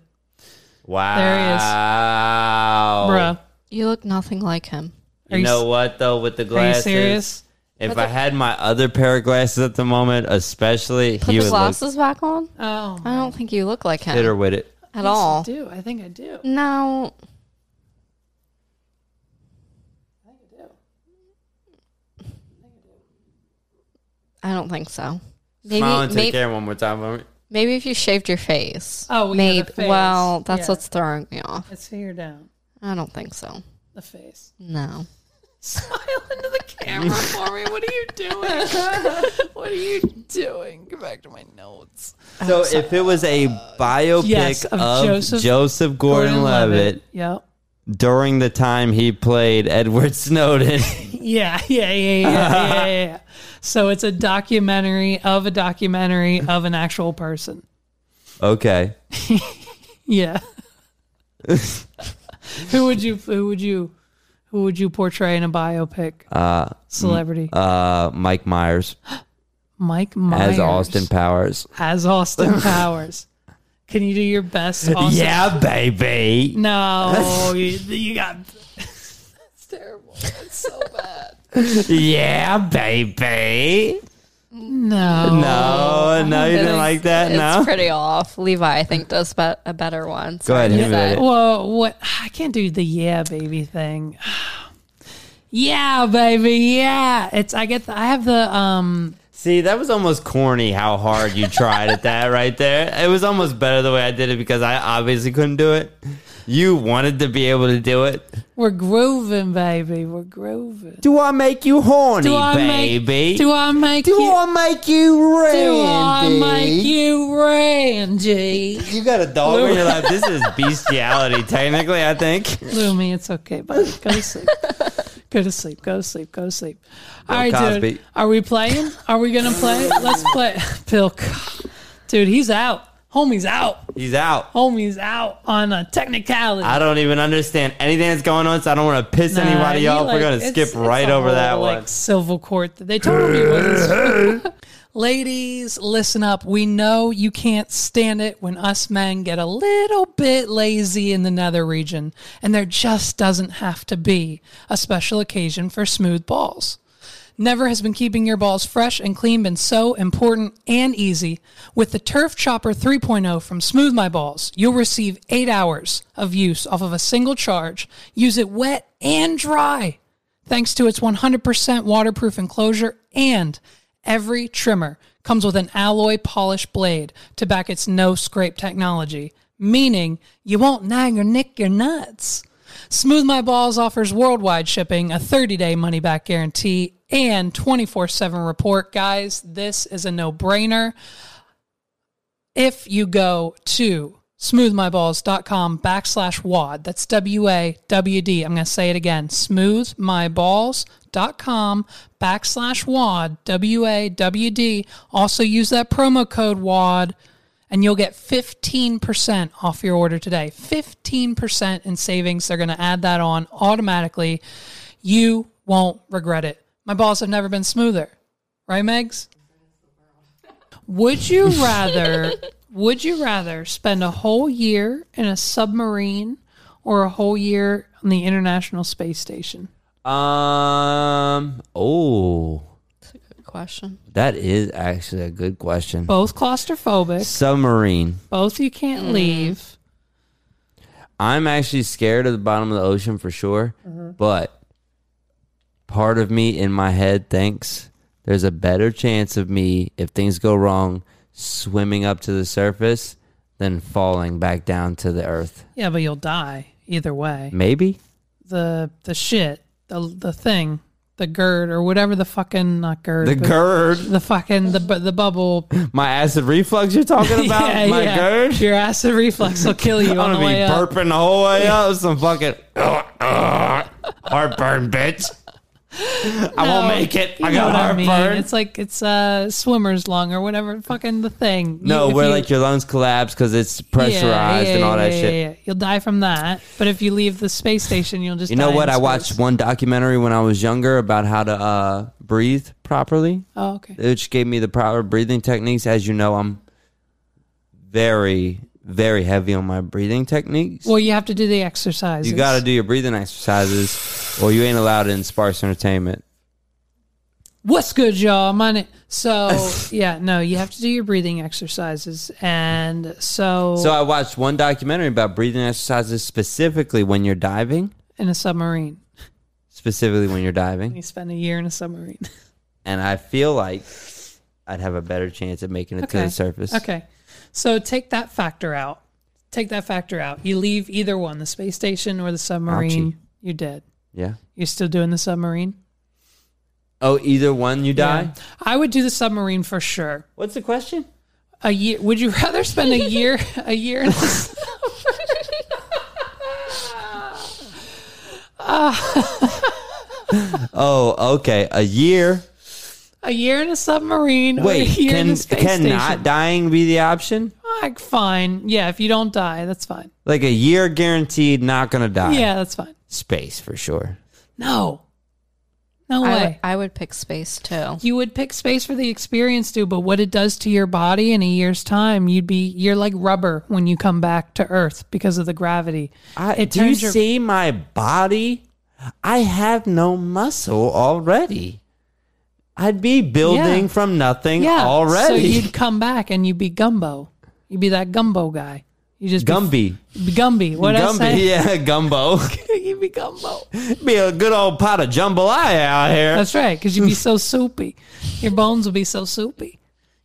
Speaker 2: Wow.
Speaker 1: There he is.
Speaker 2: Oh,
Speaker 1: bruh.
Speaker 4: You look nothing like him.
Speaker 1: Are
Speaker 2: You
Speaker 1: you
Speaker 2: know
Speaker 1: s-
Speaker 2: what though, with the
Speaker 1: Are you
Speaker 2: glasses.
Speaker 1: serious?
Speaker 2: If I had my other pair of glasses at the moment, especially,
Speaker 4: Put
Speaker 2: he
Speaker 4: the
Speaker 2: would look
Speaker 4: glasses back on.
Speaker 1: Oh,
Speaker 4: I don't think you look like him
Speaker 2: bitter with it.
Speaker 4: at all.
Speaker 1: I do. I think I do.
Speaker 4: No. I don't think so. Maybe,
Speaker 2: Smile into the
Speaker 4: maybe,
Speaker 2: camera one more time for me.
Speaker 4: maybe if you shaved your face.
Speaker 1: Oh, well, yeah, the
Speaker 4: maybe.
Speaker 1: face.
Speaker 4: Well, that's
Speaker 1: Yeah.
Speaker 4: what's throwing me off.
Speaker 1: It's here down.
Speaker 4: I don't think so.
Speaker 1: The face.
Speaker 4: No.
Speaker 1: Smile into the camera for me. What are you doing? what are you doing? Get back to my notes.
Speaker 2: So if it was a biopic
Speaker 1: Yes,
Speaker 2: of,
Speaker 1: of
Speaker 2: Joseph,
Speaker 1: Joseph
Speaker 2: Gordon-Levitt
Speaker 1: Yep.
Speaker 2: during the time he played Edward Snowden,
Speaker 1: Yeah, yeah, yeah, yeah, yeah, yeah, yeah. So it's a documentary of a documentary of an actual person.
Speaker 2: okay,
Speaker 1: Yeah. who would you? Who would you? Who would you portray in a biopic? Uh, Celebrity
Speaker 2: uh, Mike Myers
Speaker 1: Mike Myers
Speaker 2: as Austin Powers.
Speaker 1: as Austin Powers. Can you do your best? Austin?
Speaker 2: Yeah, baby.
Speaker 1: No, you, you got.
Speaker 2: Yeah, baby.
Speaker 1: No.
Speaker 2: No, no, you didn't like that.
Speaker 4: It's
Speaker 2: No.
Speaker 4: pretty off. Levi, I think, does be- a better one.
Speaker 2: Go ahead,
Speaker 4: Sorry,
Speaker 2: hit me with
Speaker 4: Zach.
Speaker 2: it.
Speaker 1: Well, what? I can't do the yeah baby thing. yeah, baby. Yeah, it's. I get. The, I have the. Um.
Speaker 2: See, that was almost corny how hard you tried at that right there. It was almost better the way I did it because I obviously couldn't do it. You wanted to be able to do it.
Speaker 1: We're grooving, baby. We're grooving.
Speaker 2: Do I make you horny,
Speaker 1: Do I
Speaker 2: baby?
Speaker 1: make? Do I make you?
Speaker 2: make you randy?
Speaker 1: do I make you Randy?
Speaker 2: You got a dog in your lap. This is bestiality, technically, I think.
Speaker 1: Lumi, it's okay, buddy. Go to sleep. Go to sleep. Go to sleep. Go to sleep. All right,
Speaker 2: Cosby.
Speaker 1: dude. Are we playing? Are we gonna play? Let's play. Bill, Co- dude, he's out. Homie's out.
Speaker 2: He's out.
Speaker 1: Homie's out on a technicality.
Speaker 2: I don't even understand anything that's going on, so I don't want to piss
Speaker 1: Nah,
Speaker 2: anybody
Speaker 1: he,
Speaker 2: off. We're
Speaker 1: like,
Speaker 2: going to
Speaker 1: it's-
Speaker 2: skip
Speaker 1: it's
Speaker 2: right
Speaker 1: a
Speaker 2: over
Speaker 1: whole,
Speaker 2: that
Speaker 1: like,
Speaker 2: one.
Speaker 1: Civil court that they told me was. Ladies, listen up. We know you can't stand it when us men get a little bit lazy in the nether region, and there just doesn't have to be a special occasion for smooth balls. Never has been keeping your balls fresh and clean been so important and easy. With the Turf Chopper 3.0 from Smooth My Balls, you'll receive eight hours of use off of a single charge. Use it wet and dry. Thanks to its 100% waterproof enclosure and every trimmer comes with an alloy polished blade to back its no scrape technology, meaning you won't nag or nick your nuts. Smooth My Balls offers worldwide shipping, a 30 day money back guarantee, and 24 7 report. Guys, this is a no brainer if you go to smoothmyballs.com backslash wad that's w-a-w-d i'm going to say it again smoothmyballs.com backslash wad w-a-w-d also use that promo code wad and you'll get 15% off your order today 15% in savings they're going to add that on automatically you won't regret it my balls have never been smoother right megs would you rather would you rather spend a whole year in a submarine or a whole year on the International Space Station?
Speaker 2: Um. Oh,
Speaker 4: question.
Speaker 2: That is actually a good question.
Speaker 1: Both claustrophobic.
Speaker 2: Submarine.
Speaker 1: Both you can't leave.
Speaker 2: I'm actually scared of the bottom of the ocean for sure, but part of me in my head thinks there's a better chance of me, if things go wrong, swimming up to the surface than falling back down to the earth.
Speaker 1: Yeah, but you'll die either way.
Speaker 2: Maybe?
Speaker 1: The the shit, the the thing, the gird or whatever the fucking not gird.
Speaker 2: The
Speaker 1: but
Speaker 2: GERD.
Speaker 1: The fucking the bu- the bubble.
Speaker 2: My acid reflux you're talking about?
Speaker 1: Yeah,
Speaker 2: my
Speaker 1: yeah.
Speaker 2: GERD?
Speaker 1: Your acid reflux will kill you
Speaker 2: I'm
Speaker 1: on the
Speaker 2: gonna be
Speaker 1: way up.
Speaker 2: burping the whole way up. Some fucking uh, heartburn, bitch. I won't make it. I
Speaker 1: You know
Speaker 2: got
Speaker 1: what I mean?
Speaker 2: heartburn.
Speaker 1: It's like it's uh swimmer's lung or whatever. Fucking the thing.
Speaker 2: no,
Speaker 1: You- if
Speaker 2: where
Speaker 1: you-
Speaker 2: like your lungs collapse because it's pressurized and all that
Speaker 1: yeah,
Speaker 2: shit.
Speaker 1: yeah, yeah. You'll die from that. But if you leave the space station, you'll just
Speaker 2: You know
Speaker 1: die
Speaker 2: what?
Speaker 1: in
Speaker 2: I
Speaker 1: space.
Speaker 2: watched one documentary when I was younger about how to uh, breathe properly,
Speaker 1: Oh, okay.
Speaker 2: which gave me the proper breathing techniques. As you know, I'm very, very heavy on my breathing techniques.
Speaker 1: Well, you have to do the exercises.
Speaker 2: You got to do your breathing exercises, or you ain't allowed in sparse entertainment.
Speaker 1: What's good, y'all? My name. So yeah, no, you have to do your breathing exercises, and so,
Speaker 2: So I watched one documentary about breathing exercises specifically when you're diving,
Speaker 1: in a submarine,
Speaker 2: specifically when you're
Speaker 1: you
Speaker 2: diving,
Speaker 1: spend a year in a submarine.
Speaker 2: and I feel like I'd have a better chance at making it to the surface.
Speaker 1: Okay, so take that factor out. Take that factor out. You leave either one, the space station or the submarine.
Speaker 2: Ouchie.
Speaker 1: You're dead.
Speaker 2: Yeah.
Speaker 1: You're still doing the submarine.
Speaker 2: Oh, either one you die.
Speaker 1: Yeah. I would do the submarine for sure.
Speaker 2: What's the question?
Speaker 1: a year would you rather spend a year a year in this
Speaker 2: Oh, okay. A year.
Speaker 1: a year in a submarine or a
Speaker 2: Wait,
Speaker 1: year in
Speaker 2: can
Speaker 1: a space
Speaker 2: can
Speaker 1: station
Speaker 2: not dying be the option?
Speaker 1: like fine yeah if you don't die that's fine
Speaker 2: Like a year guaranteed, not gonna die.
Speaker 1: yeah that's fine
Speaker 2: Space for sure.
Speaker 1: no no
Speaker 4: I
Speaker 1: way
Speaker 4: would- I would pick space too.
Speaker 1: you would pick space for the experience too but what it does to your body in a year's time you'd be you're like rubber when you come back to earth because of the gravity
Speaker 2: I,
Speaker 1: it
Speaker 2: do you
Speaker 1: turns your-
Speaker 2: see my body? I have no muscle already. I'd be building
Speaker 1: Yeah.
Speaker 2: from nothing
Speaker 1: yeah so
Speaker 2: already.
Speaker 1: you'd come back and you'd be gumbo you'd be that gumbo guy you just be-
Speaker 2: Gumby.
Speaker 1: Gumby. What I
Speaker 2: Gumby,
Speaker 1: say?
Speaker 2: yeah, gumbo.
Speaker 1: you'd be gumbo.
Speaker 2: be a good old pot of jambalaya out here.
Speaker 1: That's right, because you'd be so soupy. Your bones would be so soupy.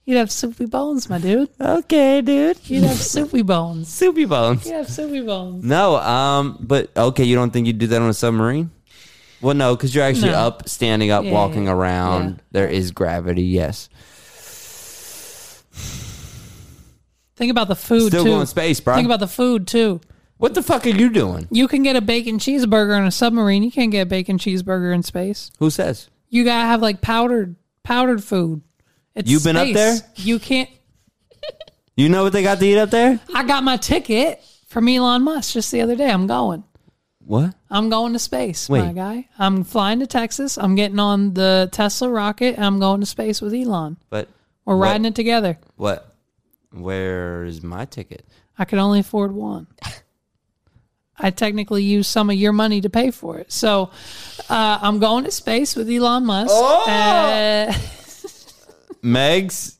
Speaker 1: You'd have soupy bones, my dude.
Speaker 2: okay, dude.
Speaker 1: You'd have soupy bones.
Speaker 2: Soupy bones.
Speaker 1: You'd have soupy bones.
Speaker 2: No, um, but okay, you don't think you'd do that on a submarine? Well, no, because you're actually
Speaker 1: No.
Speaker 2: up, standing up,
Speaker 1: Yeah,
Speaker 2: walking
Speaker 1: yeah, yeah.
Speaker 2: around.
Speaker 1: Yeah.
Speaker 2: There is gravity, yes.
Speaker 1: Think about the food
Speaker 2: Still
Speaker 1: too.
Speaker 2: going space, bro.
Speaker 1: Think about the food too.
Speaker 2: what the fuck are you doing?
Speaker 1: You can get a bacon cheeseburger on a submarine. You can't get a bacon cheeseburger in space.
Speaker 2: Who says?
Speaker 1: You gotta have like powdered powdered food. It's
Speaker 2: You've been up
Speaker 1: space.
Speaker 2: there?
Speaker 1: You can't.
Speaker 2: You know what they got to eat up there?
Speaker 1: I got my ticket from Elon Musk just the other day. I'm going.
Speaker 2: What?
Speaker 1: I'm going to space, my
Speaker 2: Wait.
Speaker 1: guy. I'm flying to Texas. I'm getting on the Tesla rocket. And I'm going to space with Elon.
Speaker 2: But
Speaker 1: We're
Speaker 2: What?
Speaker 1: riding it together.
Speaker 2: what? Where is my ticket?
Speaker 1: I could only afford one. I technically used some of your money to pay for it. So uh, I'm going to space with Elon Musk. Uh,
Speaker 2: Megs,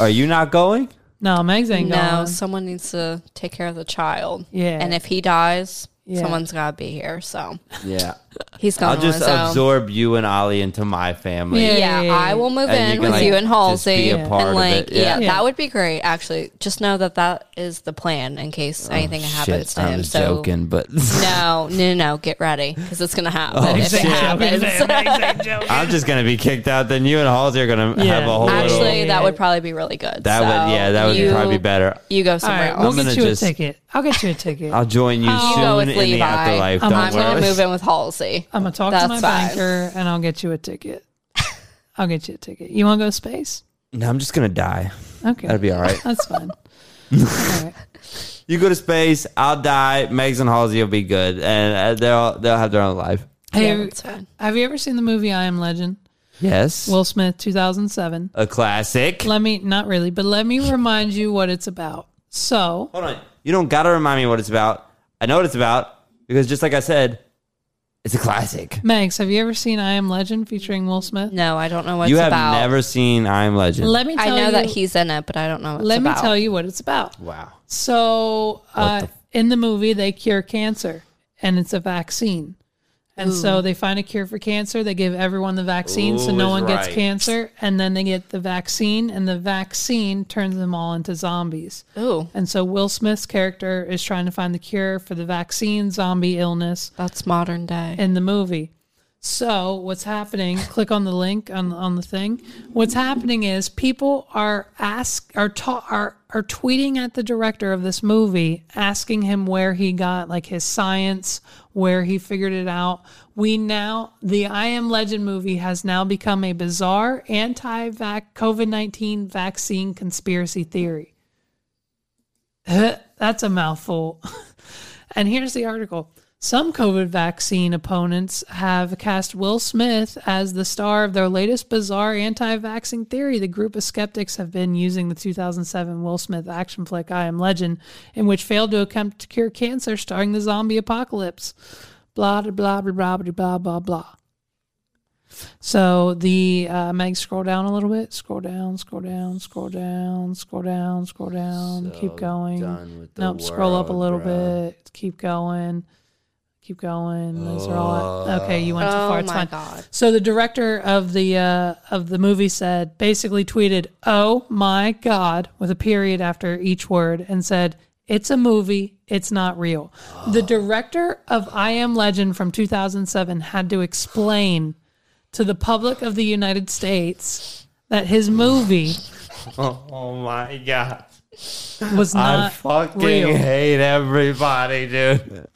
Speaker 2: are you not going?
Speaker 1: no, Megs ain't
Speaker 4: No,
Speaker 1: going.
Speaker 4: someone needs to take care of the child.
Speaker 1: Yeah.
Speaker 4: And if he dies,
Speaker 1: Yeah.
Speaker 4: someone's got to be here. So
Speaker 2: Yeah.
Speaker 4: he's
Speaker 2: I'll
Speaker 4: going to
Speaker 2: just
Speaker 4: his own.
Speaker 2: absorb you and Ollie into my family.
Speaker 1: Yeah.
Speaker 4: Yeah, I will move
Speaker 2: And you
Speaker 4: in
Speaker 2: can,
Speaker 4: with
Speaker 2: like,
Speaker 4: you and
Speaker 2: just
Speaker 4: Halsey.
Speaker 2: be a part
Speaker 4: and
Speaker 2: of
Speaker 4: like,
Speaker 2: it, yeah.
Speaker 4: yeah.
Speaker 1: Yeah.
Speaker 4: that would be great. Actually, just know that that is the plan in case anything happens
Speaker 2: Oh, Shit,
Speaker 4: to
Speaker 2: I
Speaker 4: him.
Speaker 2: was
Speaker 4: so
Speaker 2: joking, but
Speaker 4: no, no, no, no, get ready because it's gonna happen. if
Speaker 2: Oh, shit.
Speaker 4: it happens,
Speaker 2: I'm just gonna be kicked out. Then you and Halsey are gonna
Speaker 1: Yeah.
Speaker 2: have a whole little.
Speaker 4: actually,
Speaker 1: Yeah.
Speaker 4: that would probably be really good.
Speaker 2: That would
Speaker 4: So
Speaker 2: yeah, that would
Speaker 4: you-
Speaker 2: probably be better.
Speaker 4: You go
Speaker 1: All
Speaker 4: somewhere
Speaker 1: right, we'll
Speaker 4: else.
Speaker 2: gonna
Speaker 1: get you
Speaker 2: just-
Speaker 1: a ticket. I'll get you a ticket.
Speaker 2: I'll join you
Speaker 4: You go
Speaker 2: soon
Speaker 4: with
Speaker 2: in
Speaker 4: Oh, Levi.
Speaker 2: the afterlife. Don't
Speaker 4: I'm
Speaker 2: worry.
Speaker 4: gonna move in with Halsey.
Speaker 1: I'm gonna talk to
Speaker 4: That's
Speaker 1: my
Speaker 4: fine.
Speaker 1: banker and I'll get you a ticket. I'll get you a ticket. You want to go to space?
Speaker 2: No, I'm just gonna die.
Speaker 1: Okay,
Speaker 2: That'd be all right.
Speaker 1: That's fine. All right.
Speaker 2: You go to space, I'll die. Megs and Halsey will be good, and uh, they'll they'll have their own life.
Speaker 1: Hey,
Speaker 4: that's fine.
Speaker 1: have you ever seen the movie I Am Legend?
Speaker 2: Yes,
Speaker 1: Will Smith, 2007.
Speaker 2: a classic.
Speaker 1: Let me, not really, but let me remind you what it's about. So,
Speaker 2: Hold on, you don't gotta remind me what it's about. I know what it's about because just like I said, It's a classic.
Speaker 1: Megs, have you ever seen I Am Legend featuring Will Smith?
Speaker 4: No, I don't know what
Speaker 2: you
Speaker 4: it's
Speaker 2: have
Speaker 4: about.
Speaker 2: never seen I Am Legend.
Speaker 1: Let me. Tell
Speaker 4: I know
Speaker 1: you,
Speaker 4: that he's in it, but I don't know what
Speaker 1: Let
Speaker 4: it's
Speaker 1: me
Speaker 4: about.
Speaker 1: tell you what it's about.
Speaker 2: wow.
Speaker 1: So uh, in the movie, they cure cancer, and it's a vaccine. And so they find a cure for cancer. They give everyone the vaccine, so
Speaker 2: Ooh,
Speaker 1: no
Speaker 2: is
Speaker 1: one gets
Speaker 2: right.
Speaker 1: cancer. And then they get the vaccine, and the vaccine turns them all into zombies.
Speaker 4: Ooh,
Speaker 1: And so Will Smith's character is trying to find the cure for the vaccine zombie illness
Speaker 4: that's modern day.
Speaker 1: in the movie. So what's happening? click on the link on on the thing. What's happening is people are ask are ta- are are tweeting at the director of this movie, asking him where he got like his science, where he figured it out. We now the I Am Legend movie has now become a bizarre anti-vac COVID nineteen vaccine conspiracy theory. That's a mouthful. And here's the article. Some COVID vaccine opponents have cast Will Smith as the star of their latest bizarre anti vaccine theory. The group of skeptics have been using the 2007 Will Smith action flick I Am Legend, in which failed to attempt to cure cancer, starring the zombie apocalypse. Blah, da, blah, blah, blah, blah, blah, blah, blah. So the uh, Meg, scroll down a little bit. Scroll down, scroll down, scroll down, scroll down, scroll down. Keep going.
Speaker 2: done with the
Speaker 1: nope, scroll up a
Speaker 2: world,
Speaker 1: little
Speaker 2: bruh.
Speaker 1: bit. Keep going. Keep going. Those are all okay. You went too
Speaker 4: Oh
Speaker 1: far. It's
Speaker 4: my
Speaker 1: fine.
Speaker 4: God.
Speaker 1: So the director of the uh, of the movie said, basically tweeted, "Oh my God," with a period after each word, and said, "It's a movie. It's not real." The director of I Am Legend from 2007 had to explain to the public of the United States that his movie
Speaker 2: Oh, oh my god.
Speaker 1: was
Speaker 2: I
Speaker 1: not
Speaker 2: fucking
Speaker 1: real.
Speaker 2: hate everybody, dude.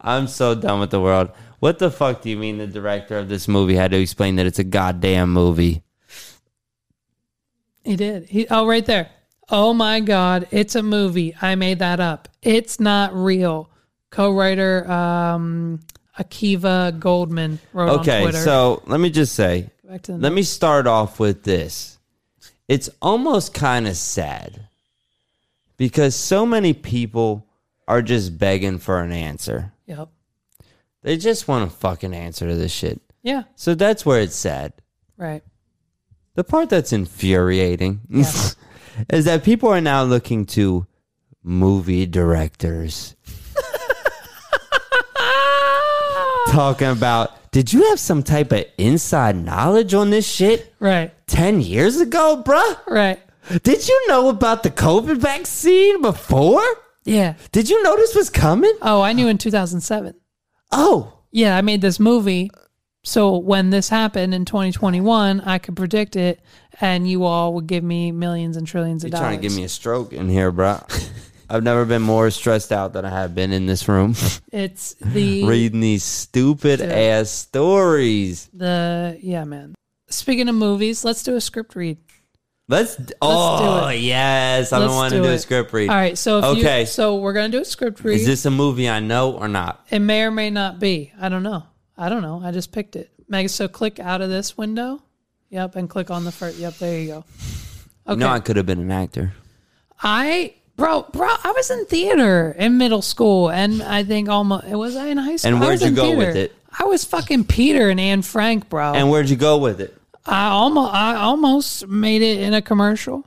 Speaker 2: I'm so done with the world. What the fuck do you mean the director of this movie had to explain that it's a goddamn movie?
Speaker 1: He did. He oh right there. Oh my god, it's a movie. I made that up. It's not real. Co-writer um Akiva Goldman wrote on
Speaker 2: Okay,
Speaker 1: Twitter.
Speaker 2: so let me just say,
Speaker 1: Back to the
Speaker 2: let me start off with this. It's almost kind of sad because so many people are just begging for an answer.
Speaker 1: Yep.
Speaker 2: They just want a fucking answer to this shit.
Speaker 1: Yeah,
Speaker 2: So that's where it's sad.
Speaker 1: right.
Speaker 2: The part that's infuriating is that people are now looking to movie directors. Talking about, did you have some type of inside knowledge on this shit
Speaker 1: Right.
Speaker 2: 10 years ago, bruh?
Speaker 1: Right.
Speaker 2: Did you know about the COVID vaccine before?
Speaker 1: Yeah.
Speaker 2: Did you know this was coming?
Speaker 1: Oh, I knew in 2007.
Speaker 2: Oh,
Speaker 1: Yeah, I made this movie. So when this happened in 2021, I could predict it and you all would give me millions and trillions of
Speaker 2: you're
Speaker 1: dollars.
Speaker 2: trying to give me a stroke in here, bruh. I've never been more stressed out than I have been in this room.
Speaker 1: it's the
Speaker 2: reading these stupid ass stories.
Speaker 1: The yeah, man. Speaking of movies, let's do a script read.
Speaker 2: Let's,
Speaker 1: do
Speaker 2: oh
Speaker 1: it.
Speaker 2: yes, I've been
Speaker 1: Let's
Speaker 2: wanting to do
Speaker 1: it.
Speaker 2: a script read.
Speaker 1: All right, so if
Speaker 2: okay,
Speaker 1: you, so we're gonna do a script read.
Speaker 2: is this a movie I know or not?
Speaker 1: it may or may not be. I don't know. I don't know. I just picked it. Meg, so click out of this window. Yep, and click on the first. Yep, there you go.
Speaker 2: You know, I could have been an actor.
Speaker 1: I bro, bro, I was in theater in middle school, and I think almost was I in high school.
Speaker 2: And
Speaker 1: I was
Speaker 2: where'd you
Speaker 1: in
Speaker 2: go with
Speaker 1: theater.
Speaker 2: it?
Speaker 1: I was fucking Peter and Anne Frank, bro.
Speaker 2: And where'd you go with it?
Speaker 1: I almost I almost made it in a commercial.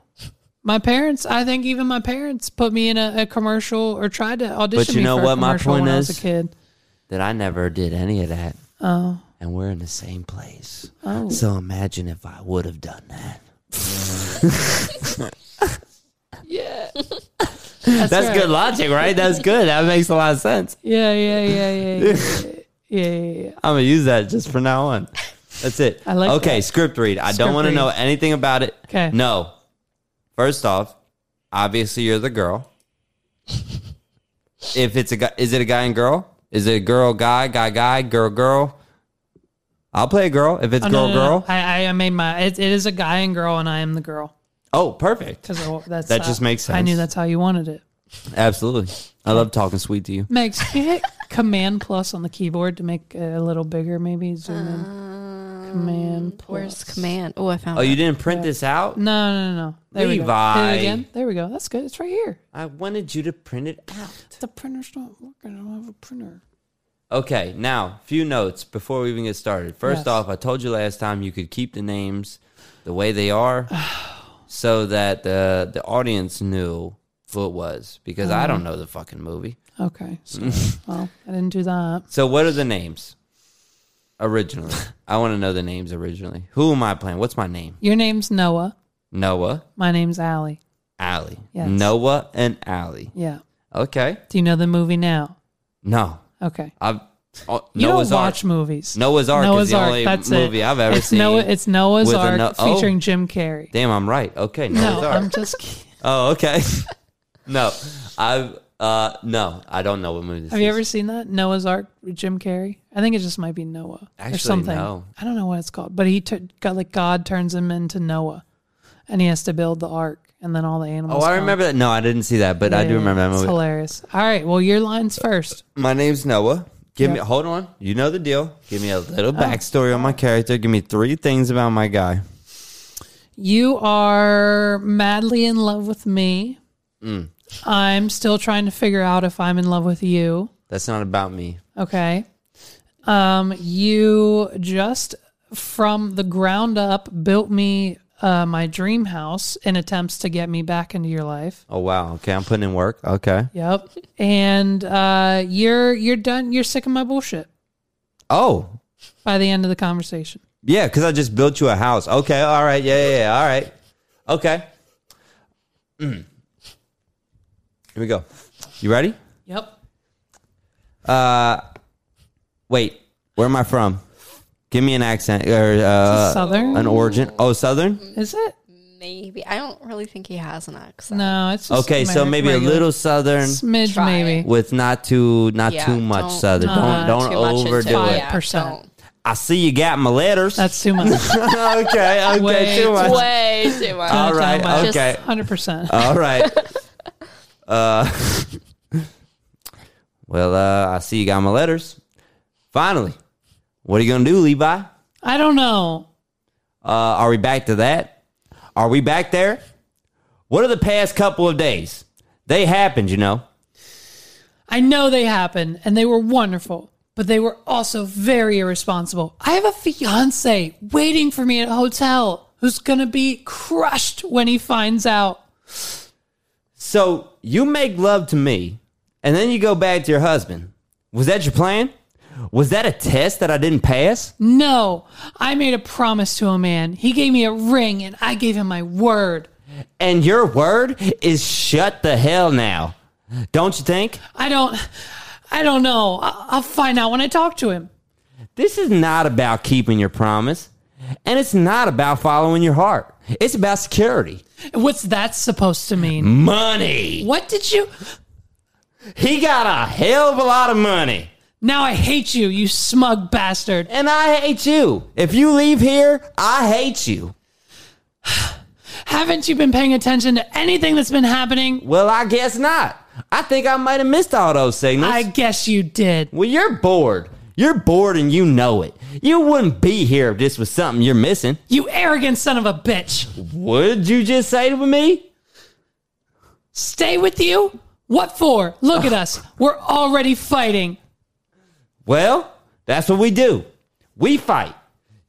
Speaker 1: My parents, I think even my parents put me in a, a commercial or tried to audition
Speaker 2: you
Speaker 1: me
Speaker 2: know
Speaker 1: for
Speaker 2: what
Speaker 1: a
Speaker 2: my
Speaker 1: commercial
Speaker 2: point
Speaker 1: when I was
Speaker 2: is?
Speaker 1: a kid.
Speaker 2: That I never did any of that. Oh, and we're in the same place. Oh, so imagine if I would have done that.
Speaker 1: That's,
Speaker 2: That's
Speaker 1: right.
Speaker 2: good logic, right? That's good. That makes a lot of sense.
Speaker 1: Yeah, yeah, yeah, yeah, yeah, yeah, yeah, yeah.
Speaker 2: I'm gonna use that just from now on. That's it.
Speaker 1: I like
Speaker 2: okay,
Speaker 1: that.
Speaker 2: script read. I
Speaker 1: Script
Speaker 2: don't want to
Speaker 1: read.
Speaker 2: know anything about it.
Speaker 1: 'Kay.
Speaker 2: No. First off, obviously you're the girl. if it's a guy, is it a guy and girl? Is it a girl, guy, guy, guy, girl, girl? I'll play a girl if it's
Speaker 1: Oh,
Speaker 2: girl,
Speaker 1: no, no, no.
Speaker 2: girl.
Speaker 1: I, I made my. It, it is a guy and girl, and I am the girl
Speaker 2: Oh, perfect.
Speaker 1: because that's
Speaker 2: That
Speaker 1: how-
Speaker 2: just makes
Speaker 1: I knew
Speaker 2: sense.
Speaker 1: that's how you wanted it.
Speaker 2: Absolutely. I love talking sweet to you.
Speaker 1: Megs, can you hit Command Plus on the keyboard to make it a little bigger? Maybe zoom in. Command Plus.
Speaker 4: Um, Where's command? Oh, I found.
Speaker 2: Oh, you
Speaker 4: it.
Speaker 2: didn't print this out?
Speaker 1: No, no, no, no. There we go.
Speaker 2: Levi.
Speaker 1: Hit it again. There we go. That's good. It's right here.
Speaker 2: I wanted you to print it out.
Speaker 1: The printer's not working. I don't have a printer.
Speaker 2: Okay, now few notes before we even get started. First
Speaker 1: Yes.
Speaker 2: off, I told you last time you could keep the names the way they are, so that the the audience knew who it was because I
Speaker 1: Mm-hmm.
Speaker 2: don't know the fucking movie.
Speaker 1: Okay. So, well, I didn't do that.
Speaker 2: So what are the names originally? I want to know the names originally. Who am I playing? What's my name?
Speaker 1: Your name's Noah.
Speaker 2: Noah,
Speaker 1: My name's Allie.
Speaker 2: Allie,
Speaker 1: Yes.
Speaker 2: Noah, and Allie.
Speaker 1: Yeah.
Speaker 2: Okay,
Speaker 1: Do you know the movie now?
Speaker 2: no,
Speaker 1: Okay.
Speaker 2: I've oh,
Speaker 1: You
Speaker 2: Noah's
Speaker 1: don't
Speaker 2: Ark.
Speaker 1: watch movies.
Speaker 2: Noah's Ark is the only movie I've ever
Speaker 1: it's
Speaker 2: seen.
Speaker 1: Noah, it's Noah's
Speaker 2: with a
Speaker 1: Ark
Speaker 2: no- oh.
Speaker 1: featuring Jim Carrey.
Speaker 2: Damn, I'm right. Okay, Noah's
Speaker 1: No,
Speaker 2: Ark.
Speaker 1: I'm just kidding.
Speaker 2: Oh, okay. no, I've uh no, I don't know what movie this
Speaker 1: Have you
Speaker 2: is.
Speaker 1: ever seen that Noah's Ark with Jim Carrey? I think it just might be Noah or
Speaker 2: Actually,
Speaker 1: something.
Speaker 2: no.
Speaker 1: I don't know what it's called, but he took got like God turns him into Noah, and he has to build the ark, and then all the
Speaker 2: Oh,
Speaker 1: animals.
Speaker 2: I remember that. No, I didn't see that, but I do remember that
Speaker 1: It's
Speaker 2: movie.
Speaker 1: hilarious. All right, well, your lines first.
Speaker 2: My name's Noah. Give me
Speaker 1: Yep. Oh.
Speaker 2: hold on. You know the deal. Give me a little backstory on my character. Give me three things about my guy.
Speaker 1: You are madly in love with me.
Speaker 2: Mm.
Speaker 1: I'm still trying to figure out if I'm in love with you.
Speaker 2: That's not about me.
Speaker 1: Okay. Um, you just from the ground up built me uh, my dream house in attempts to get me back into your life.
Speaker 2: Oh wow. Okay, I'm putting in work. Okay.
Speaker 1: Yep. And uh, you're you're done. You're sick of my bullshit
Speaker 2: Oh.
Speaker 1: by the end of the conversation.
Speaker 2: Yeah, because I just built you a house. Okay, all right, yeah, yeah, yeah. All right. Okay. Mm. Here we go. You ready?
Speaker 1: Yep.
Speaker 2: Wait, where am I from? Give me an accent or uh,
Speaker 1: Southern?
Speaker 2: an origin. Oh, Southern.
Speaker 1: Is it?
Speaker 4: Maybe. I don't really think he has an accent.
Speaker 1: No, it's just
Speaker 2: Okay, so
Speaker 1: Ameri-
Speaker 2: maybe a
Speaker 1: regular.
Speaker 2: little Southern
Speaker 1: smidge,
Speaker 4: Try
Speaker 1: maybe.
Speaker 2: with not too not
Speaker 4: Yeah,
Speaker 2: too much
Speaker 4: don't-
Speaker 2: Southern.
Speaker 1: Uh,
Speaker 2: don't don't overdo
Speaker 1: it.
Speaker 2: it.
Speaker 1: Yeah. 5%.
Speaker 2: I see you got my letters.
Speaker 1: That's too much.
Speaker 2: okay, okay,
Speaker 1: Way
Speaker 2: too much.
Speaker 4: Way too much.
Speaker 2: All right,
Speaker 1: Too much.
Speaker 2: okay,
Speaker 1: Hundred percent.
Speaker 2: all right. Uh, well, uh, I see you got my letters. Finally, what are you gonna do, Levi? Uh,
Speaker 1: I don't know.
Speaker 2: are we back to that? Are we back there? What are the past couple of days? They happened, you know.
Speaker 1: I know they happened and they were wonderful, but they were also very irresponsible. I have a fiance waiting for me at a hotel who's going to be crushed when he finds out.
Speaker 2: So you make love to me, and then you go back to your husband. Was that your plan? Was that a test that I didn't pass?
Speaker 1: No, I made a promise to a man. He gave me a ring and I gave him my word.
Speaker 2: And your word is shut the hell now. Don't you think?
Speaker 1: I don't I don't know. I, I'll find out when I talk to him.
Speaker 2: This is not about keeping your promise, and it's not about following your heart. It's about security.
Speaker 1: What's that supposed to
Speaker 2: Mm-hmm.
Speaker 1: mean?
Speaker 2: Money.
Speaker 1: What did you
Speaker 2: He got a hell of a lot of money.
Speaker 1: Now I hate you, you smug bastard.
Speaker 2: And I hate you. If you leave here, I hate you.
Speaker 1: Haven't you been paying attention to anything that's been happening?
Speaker 2: Well, I guess not. I think I might have missed all those signals.
Speaker 1: I guess you did.
Speaker 2: Well, you're bored. You're bored and you know it. You wouldn't be here if this was something you're missing.
Speaker 1: You arrogant son of a bitch.
Speaker 2: Would you just say to me?
Speaker 1: Stay with you? What for? Look at us. We're already fighting.
Speaker 2: Well, that's what we do. We fight.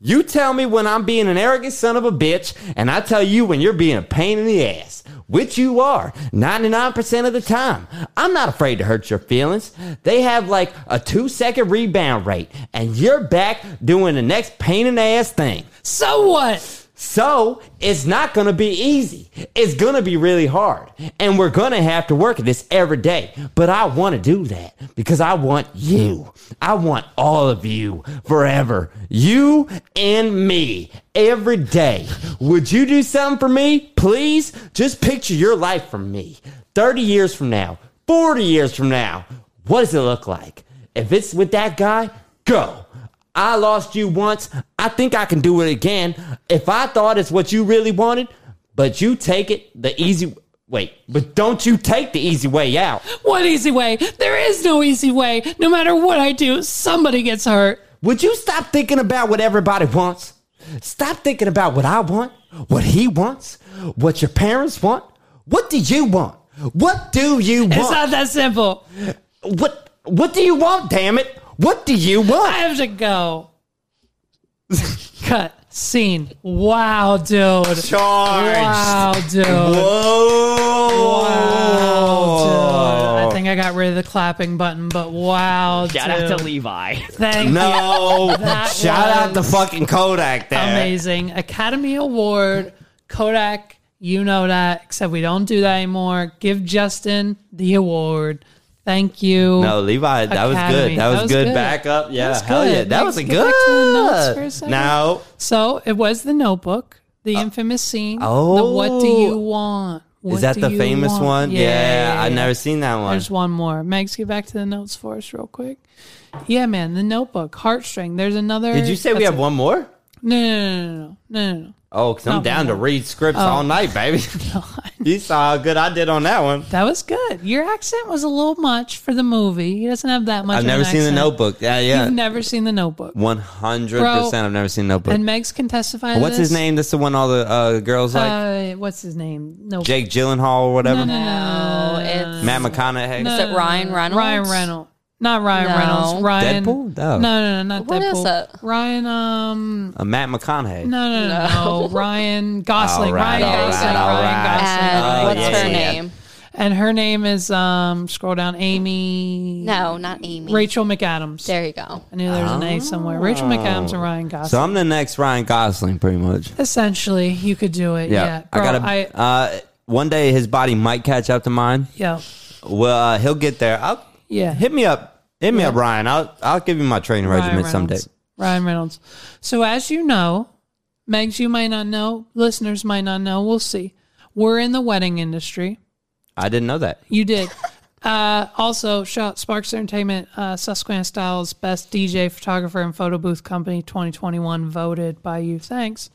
Speaker 2: You tell me when I'm being an arrogant son of a bitch, and I tell you when you're being a pain in the ass, which you are 99% of the time. I'm not afraid to hurt your feelings. They have like a two second rebound rate, and you're back doing the next pain in the ass thing.
Speaker 1: So what?
Speaker 2: So it's not going to be easy. It's going to be really hard. And we're going to have to work at this every day. But I want to do that because I want you. I want all of you forever. You and me every day. Would you do something for me? Please just picture your life from me 30 years from now, 40 years from now. What does it look like? If it's with that guy, go. I lost you once. I think I can do it again. If I thought it's what you really wanted, but you take it the easy wait, but don't you take the easy way out.
Speaker 1: What easy way? There is no easy way. No matter what I do, somebody gets hurt.
Speaker 2: Would you stop thinking about what everybody wants? Stop thinking about what I want, what he wants, what your parents want. What do you want? What do you want?
Speaker 1: It's not that simple.
Speaker 2: what what do you want, damn it? What do you want?
Speaker 1: I have to go. Cut. Scene. Wow, dude.
Speaker 2: Charged.
Speaker 1: Wow, dude. Wow,
Speaker 2: Whoa.
Speaker 1: dude. I think I got rid of the clapping button, but wow,
Speaker 6: Shout
Speaker 1: dude.
Speaker 6: out to Levi.
Speaker 1: Thank you.
Speaker 2: No.
Speaker 1: That
Speaker 2: Shout out to
Speaker 1: was
Speaker 2: fucking Kodak there.
Speaker 1: Amazing. Academy Award, Kodak, you know that, except we don't do that anymore. Give Justin the award. Thank you.
Speaker 2: No, Levi, that was
Speaker 1: Academy.
Speaker 2: good. That was, good. Backup. Yeah, hell yeah. That
Speaker 1: Let's
Speaker 2: was a
Speaker 1: get back to the notes for a
Speaker 2: good.
Speaker 1: second.
Speaker 2: Now,
Speaker 1: So it was the notebook, the infamous scene.
Speaker 2: Uh, oh.
Speaker 1: the what do you want? What
Speaker 2: is that
Speaker 1: do
Speaker 2: the
Speaker 1: you
Speaker 2: famous
Speaker 1: want?
Speaker 2: one? Yeah, I've
Speaker 1: yeah.
Speaker 2: never seen that one.
Speaker 1: There's one more. Megs, get back to the notes for us real quick. Yeah, man, the notebook, heartstring. There's another.
Speaker 2: Did you say we
Speaker 1: that's
Speaker 2: have one more?
Speaker 1: a- No, no, no, no, no, no, no.
Speaker 2: Oh, because I'm
Speaker 1: Not
Speaker 2: down
Speaker 1: one
Speaker 2: to
Speaker 1: more. Oh.
Speaker 2: read scripts all night, baby. you saw how good I did on that one.
Speaker 1: That was good. Your accent was a little much for the movie. He doesn't have that much.
Speaker 2: I've
Speaker 1: of
Speaker 2: never
Speaker 1: an
Speaker 2: seen the
Speaker 1: accent.
Speaker 2: notebook. Yeah,
Speaker 1: You've
Speaker 2: yeah.
Speaker 1: never seen the notebook.
Speaker 2: One hundred
Speaker 1: Bro.
Speaker 2: percent. I've never seen the notebook.
Speaker 1: And Megs can testify. to
Speaker 2: What's
Speaker 1: this.
Speaker 2: his name? That's the one all the uh, girls like.
Speaker 1: Uh, what's his name? No.
Speaker 2: Jake Gyllenhaal or
Speaker 1: No,
Speaker 2: whatever.
Speaker 1: no,
Speaker 4: No, it's
Speaker 2: Matt McConaughey.
Speaker 4: is it Ryan Reynolds?
Speaker 1: Ryan Reynolds. Not Ryan
Speaker 4: No.
Speaker 1: Reynolds. Ryan.
Speaker 2: Deadpool? Oh. No.
Speaker 1: No, no, no, not
Speaker 4: What
Speaker 1: Deadpool.
Speaker 4: is it?
Speaker 1: Ryan. Um.
Speaker 2: Uh, Matt McConaughey.
Speaker 1: No, no, no, no. Ryan Gosling.
Speaker 2: All right,
Speaker 1: Ryan
Speaker 2: all right,
Speaker 1: Gosling.
Speaker 2: all right.
Speaker 1: Ryan Gosling.
Speaker 4: And
Speaker 2: Oh,
Speaker 4: what's
Speaker 2: yeah,
Speaker 4: her
Speaker 2: yeah, yeah.
Speaker 4: name?
Speaker 1: And her name is um. Scroll down. Amy.
Speaker 4: No, not Amy.
Speaker 1: Rachel McAdams.
Speaker 4: There you go.
Speaker 1: I knew there was an A somewhere. Rachel McAdams and Ryan Gosling.
Speaker 2: So I'm the next Ryan Gosling, pretty much.
Speaker 1: Essentially, you could do it.
Speaker 2: Yeah,
Speaker 1: Yeah. Bro,
Speaker 2: I gotta.
Speaker 1: I,
Speaker 2: uh, one day his body might catch up to mine.
Speaker 1: yeah.
Speaker 2: Well, uh, he'll get there. I'll
Speaker 1: Yeah.
Speaker 2: hit me up. Hit me up, Ryan. I'll I'll give you my training
Speaker 1: Ryan
Speaker 2: regimen someday.
Speaker 1: Reynolds. Ryan Reynolds. So as you know, Megs, you might not know. Listeners might not know. We'll see. We're in the wedding industry.
Speaker 2: I didn't know that.
Speaker 1: You did. uh, also, shout Sparks Entertainment, uh, Susquehanna Styles, best DJ, photographer, and photo booth company 2021, voted by you. Thanks.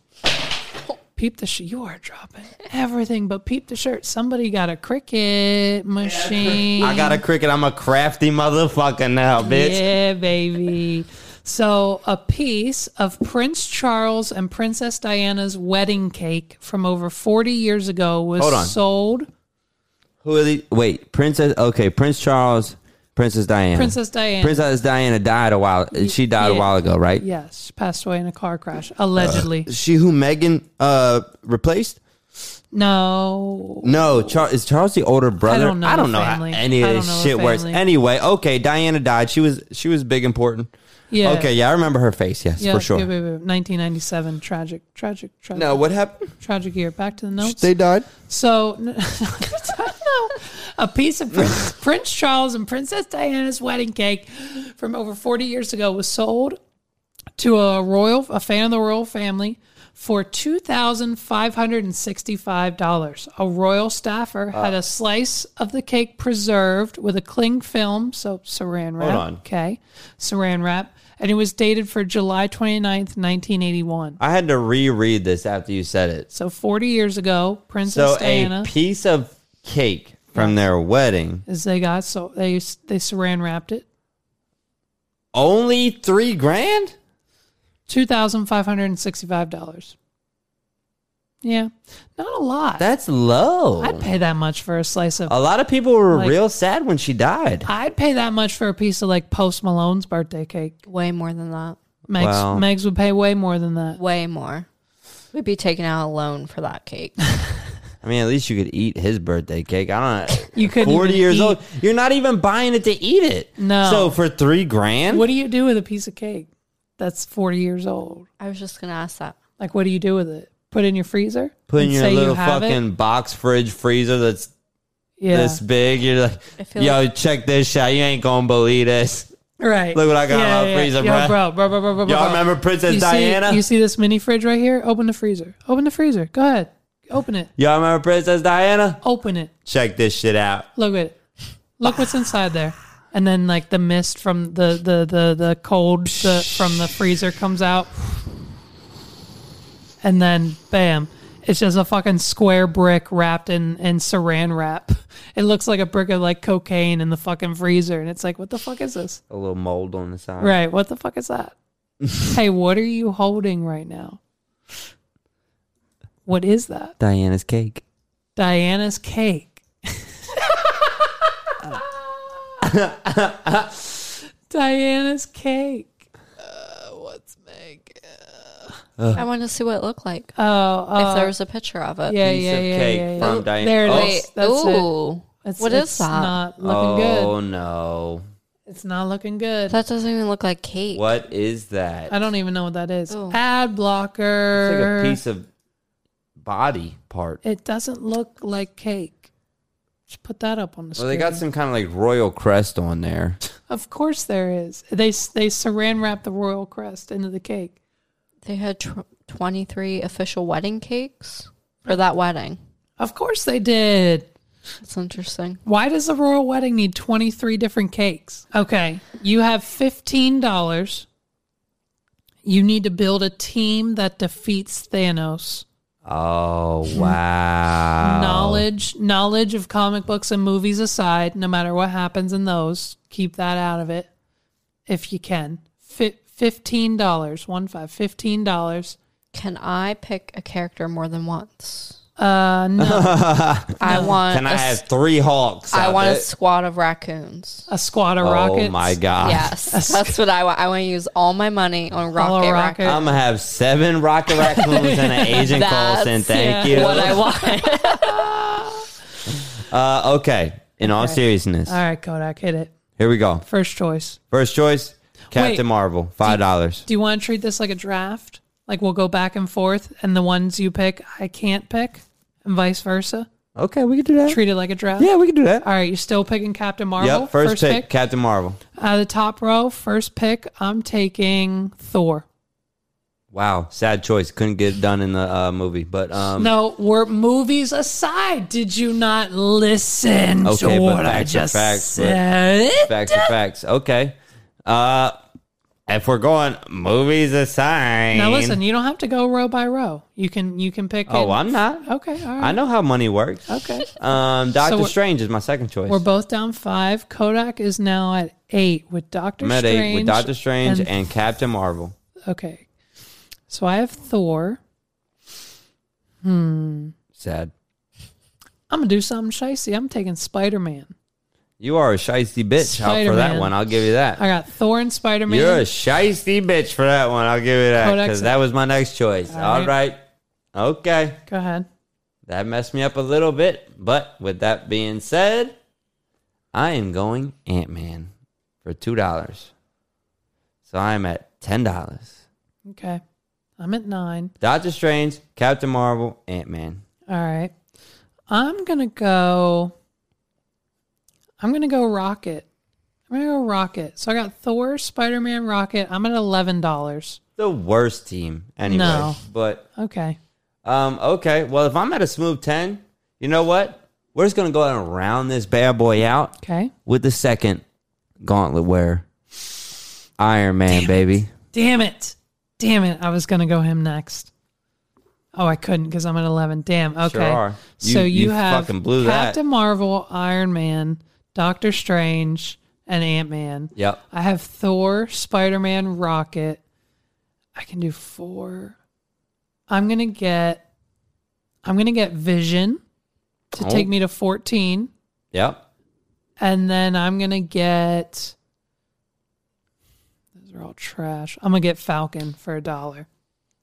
Speaker 1: Peep the shirt. You are dropping everything, but peep the shirt. Somebody got a cricket machine.
Speaker 2: I got a cricket. I'm a crafty motherfucker now, bitch.
Speaker 1: Yeah, baby. So, a piece of Prince Charles and Princess Diana's wedding cake from over 40 years ago was
Speaker 2: Hold on.
Speaker 1: sold.
Speaker 2: Who are these? Wait, Princess. Okay, Prince Charles, Princess Diana.
Speaker 1: Princess Diana.
Speaker 2: Princess Diana died a while. She died a
Speaker 1: yeah.
Speaker 2: while ago, right?
Speaker 1: Yes, she passed away in a car crash, allegedly.
Speaker 2: She who Megan uh replaced?
Speaker 1: no.
Speaker 2: No, Char- is Charles the older brother?
Speaker 1: don't know
Speaker 2: I don't
Speaker 1: the
Speaker 2: know how
Speaker 1: family.
Speaker 2: any of
Speaker 1: I don't
Speaker 2: this
Speaker 1: know the
Speaker 2: shit works.
Speaker 1: family.
Speaker 2: Anyway, okay, Diana died. She was she was big important.
Speaker 1: Yeah.
Speaker 2: Okay, yeah, I remember her face. Yes,
Speaker 1: Yeah,
Speaker 2: for sure.
Speaker 1: yeah, yeah, yeah. 1997. Tragic, tragic, tragic.
Speaker 2: No, what happened?
Speaker 1: Tragic year. Back to the notes.
Speaker 2: They died.
Speaker 1: So, no, a piece of Prince, Prince Charles and Princess Diana's wedding cake from over 40 years ago was sold to a royal, a fan of the royal family, for two thousand five hundred and sixty-five dollars. A royal staffer had a slice of the cake preserved with a cling film, so saran wrap.
Speaker 2: on.
Speaker 1: Okay, saran wrap, and it was dated for July 29th, nineteen eighty-one.
Speaker 2: I had to reread this after you said it.
Speaker 1: So, 40 years ago, Princess
Speaker 2: So
Speaker 1: Diana.
Speaker 2: a piece of cake from their wedding,
Speaker 1: is they got so they they saran wrapped it.
Speaker 2: only three grand.
Speaker 1: Two thousand five hundred and sixty five dollars. Yeah, not a lot.
Speaker 2: That's Oh. low.
Speaker 1: I'd pay that much for a slice of.
Speaker 2: A lot of people were
Speaker 1: Like-
Speaker 2: real sad when she died.
Speaker 1: I'd pay that much for a piece of like Post Malone's birthday cake.
Speaker 4: Way more than that.
Speaker 1: Megs,
Speaker 2: Wow.
Speaker 1: Megs would pay way more than that.
Speaker 4: Way more. We'd be taking out a loan for that cake.
Speaker 2: I mean, at least you could eat his birthday cake. I don't.
Speaker 1: You couldn't
Speaker 2: Forty
Speaker 1: even
Speaker 2: years
Speaker 1: eat-
Speaker 2: old. You're not even buying it to eat it.
Speaker 1: No.
Speaker 2: So for three grand,
Speaker 1: What do you do with a piece of cake that's forty years old?
Speaker 4: I was just gonna ask that.
Speaker 1: Like, what do you do with it? Put it in your freezer?
Speaker 2: put in
Speaker 1: And
Speaker 2: your
Speaker 1: say you
Speaker 2: little
Speaker 1: have it?
Speaker 2: fucking box fridge freezer that's
Speaker 1: yeah,
Speaker 2: this big. You're like,
Speaker 4: feel
Speaker 2: yo, check this out. You ain't gonna believe this.
Speaker 1: right.
Speaker 2: look what I got in my freezer,
Speaker 1: Yo,
Speaker 2: bruh.
Speaker 1: bro, bro, bro, bro, bro,
Speaker 2: Y'all
Speaker 1: bro.
Speaker 2: remember Princess
Speaker 1: you
Speaker 2: Diana?
Speaker 1: See, you see this mini fridge right here? Open the freezer. Open the freezer. Go ahead. Open it.
Speaker 2: Y'all remember Princess Diana?
Speaker 1: Open it.
Speaker 2: Check this shit out.
Speaker 1: Look at it. Look what's inside there. And then like the mist from the the the, the cold the, from the freezer comes out. And then bam. It's just a fucking square brick wrapped in, in saran wrap. It looks like a brick of like cocaine in the fucking freezer. And it's like, what the fuck is this?
Speaker 2: A little mold on the side.
Speaker 1: Right. What the fuck is that? hey, what are you holding right now? What is that?
Speaker 2: Diana's cake.
Speaker 1: Diana's cake. Diana's cake.
Speaker 2: Uh,
Speaker 4: I want to see what it looked like.
Speaker 1: Oh, oh
Speaker 4: if there was a picture of it.
Speaker 1: yeah,
Speaker 2: piece
Speaker 1: yeah,
Speaker 2: of
Speaker 1: yeah,
Speaker 2: cake
Speaker 1: yeah, yeah.
Speaker 2: from Diana.
Speaker 1: There it
Speaker 2: Oh.
Speaker 1: is.
Speaker 4: Wait,
Speaker 1: That's it.
Speaker 4: ooh.
Speaker 1: It's,
Speaker 4: What is
Speaker 1: it's
Speaker 4: that?
Speaker 1: Not looking
Speaker 2: oh
Speaker 1: good.
Speaker 2: no!
Speaker 1: It's not looking good.
Speaker 4: That doesn't even look like cake.
Speaker 2: What is that?
Speaker 1: I don't even know what that is.
Speaker 4: Ooh.
Speaker 1: Ad
Speaker 2: It's like
Speaker 1: blocker.
Speaker 2: a piece of body part.
Speaker 1: It doesn't look like cake. Just put that up on the
Speaker 2: Well,
Speaker 1: screen.
Speaker 2: they got some kind of like royal crest on there.
Speaker 1: Of course there is. They they saran wrap the royal crest into the cake.
Speaker 4: They had tw 23 official wedding cakes for that wedding.
Speaker 1: Of course they did.
Speaker 4: That's interesting.
Speaker 1: Why does the royal wedding need 23 different cakes? Okay, you have $15. You need to build a team that defeats Thanos.
Speaker 2: Oh wow!
Speaker 1: Knowledge, knowledge of comic books and movies aside, no matter what happens in those, keep that out of it if you can. Fi $15, one five, $15.
Speaker 4: Can I pick a character more than once?
Speaker 1: Uh, no,
Speaker 4: I want
Speaker 2: Can I
Speaker 4: a s-
Speaker 2: have three hawks?
Speaker 4: I
Speaker 2: out
Speaker 4: want a
Speaker 2: there?
Speaker 4: squad of raccoons.
Speaker 1: a squad of
Speaker 2: Oh
Speaker 1: rockets.
Speaker 2: my god!
Speaker 4: Yes, that's what I want. I want to use all my money on
Speaker 1: All
Speaker 4: rocket
Speaker 1: rocket.
Speaker 4: raccoons.
Speaker 2: I'm gonna have seven rocket raccoons and an Asian
Speaker 4: That's
Speaker 2: Coulson. Thank you.
Speaker 4: What I want.
Speaker 2: Uh, okay. In all seriousness,
Speaker 1: All right, Kodak, hit it.
Speaker 2: here we go.
Speaker 1: First choice.
Speaker 2: First choice, Captain
Speaker 1: Wait.
Speaker 2: Marvel, five dollars.
Speaker 1: Do you want to treat this like a draft? Like we'll go back and forth, and the ones you pick, I can't pick, and vice versa.
Speaker 2: Okay, we can do that.
Speaker 1: Treat it like a draft.
Speaker 2: Yeah, we can do that.
Speaker 1: All right, you're still picking Captain Marvel.
Speaker 2: Yep. First, pick, Captain Marvel.
Speaker 1: Out of the top row, first pick, I'm taking Thor.
Speaker 2: Wow, sad choice. Couldn't get it done in the uh, movie, but um,
Speaker 1: No, we're movies aside. Did you not listen
Speaker 2: Okay,
Speaker 1: to
Speaker 2: but
Speaker 1: what I
Speaker 2: facts are
Speaker 1: just
Speaker 2: facts, but-
Speaker 1: said?
Speaker 2: facts are facts. Okay. Uh, if we're going movies aside,
Speaker 1: Now listen, you don't have to go row by row. You can you can pick.
Speaker 2: Oh,
Speaker 1: it-
Speaker 2: I'm not.
Speaker 1: Okay, all right.
Speaker 2: I know how money works.
Speaker 1: Okay.
Speaker 2: Um, Doctor
Speaker 1: we're-
Speaker 2: Strange is my second choice.
Speaker 1: We're both down five. Kodak is now at eight with Doctor
Speaker 2: I'm at
Speaker 1: Strange.
Speaker 2: eight with Doctor Strange and, Captain Marvel.
Speaker 1: okay, so I have Thor.
Speaker 2: Sad.
Speaker 1: I'm gonna do something shicey. I'm taking Spider Man.
Speaker 2: You are a shisty bitch out for that
Speaker 1: Spider-Man.
Speaker 2: one. I'll give you that.
Speaker 1: I got Thor and Spider Man.
Speaker 2: You're a shisty bitch for that one. I'll give you that
Speaker 1: Kodak's-
Speaker 2: because that was my next choice. All
Speaker 1: right.
Speaker 2: right. Okay.
Speaker 1: Go ahead.
Speaker 2: That messed me up a little bit, but with that being said, I am going Ant Man for two dollars. So I'm at ten dollars.
Speaker 1: Okay, I'm at nine.
Speaker 2: Doctor Strange, Captain Marvel, Ant Man.
Speaker 1: All right, I'm gonna go. I'm gonna go Rocket. I'm gonna go Rocket. So I got Thor, Spider Man, Rocket. I'm at eleven dollars.
Speaker 2: The worst team, anyway.
Speaker 1: No.
Speaker 2: But
Speaker 1: Okay.
Speaker 2: um, okay. Well, if I'm at a smooth ten, you know what? We're just gonna go ahead and round this bad boy out
Speaker 1: Okay.
Speaker 2: with the second gauntlet wear. Iron Man, baby.
Speaker 1: Damn it. Damn it. I was going to go him next. Oh, I couldn't because I'm at 11. Damn. Okay.
Speaker 2: are. You-
Speaker 1: so
Speaker 2: you
Speaker 1: you, have
Speaker 2: fucking blew that.
Speaker 1: Captain Marvel, Iron Man, Doctor Strange, and Ant Man.
Speaker 2: Yep.
Speaker 1: I have Thor, Spider Man, Rocket. I can do four. I'm going to get. I'm going to get Vision
Speaker 2: Oh.
Speaker 1: to take me to 14.
Speaker 2: Yep.
Speaker 1: And then I'm going to get. Those are all trash. I'm going to get Falcon for a dollar.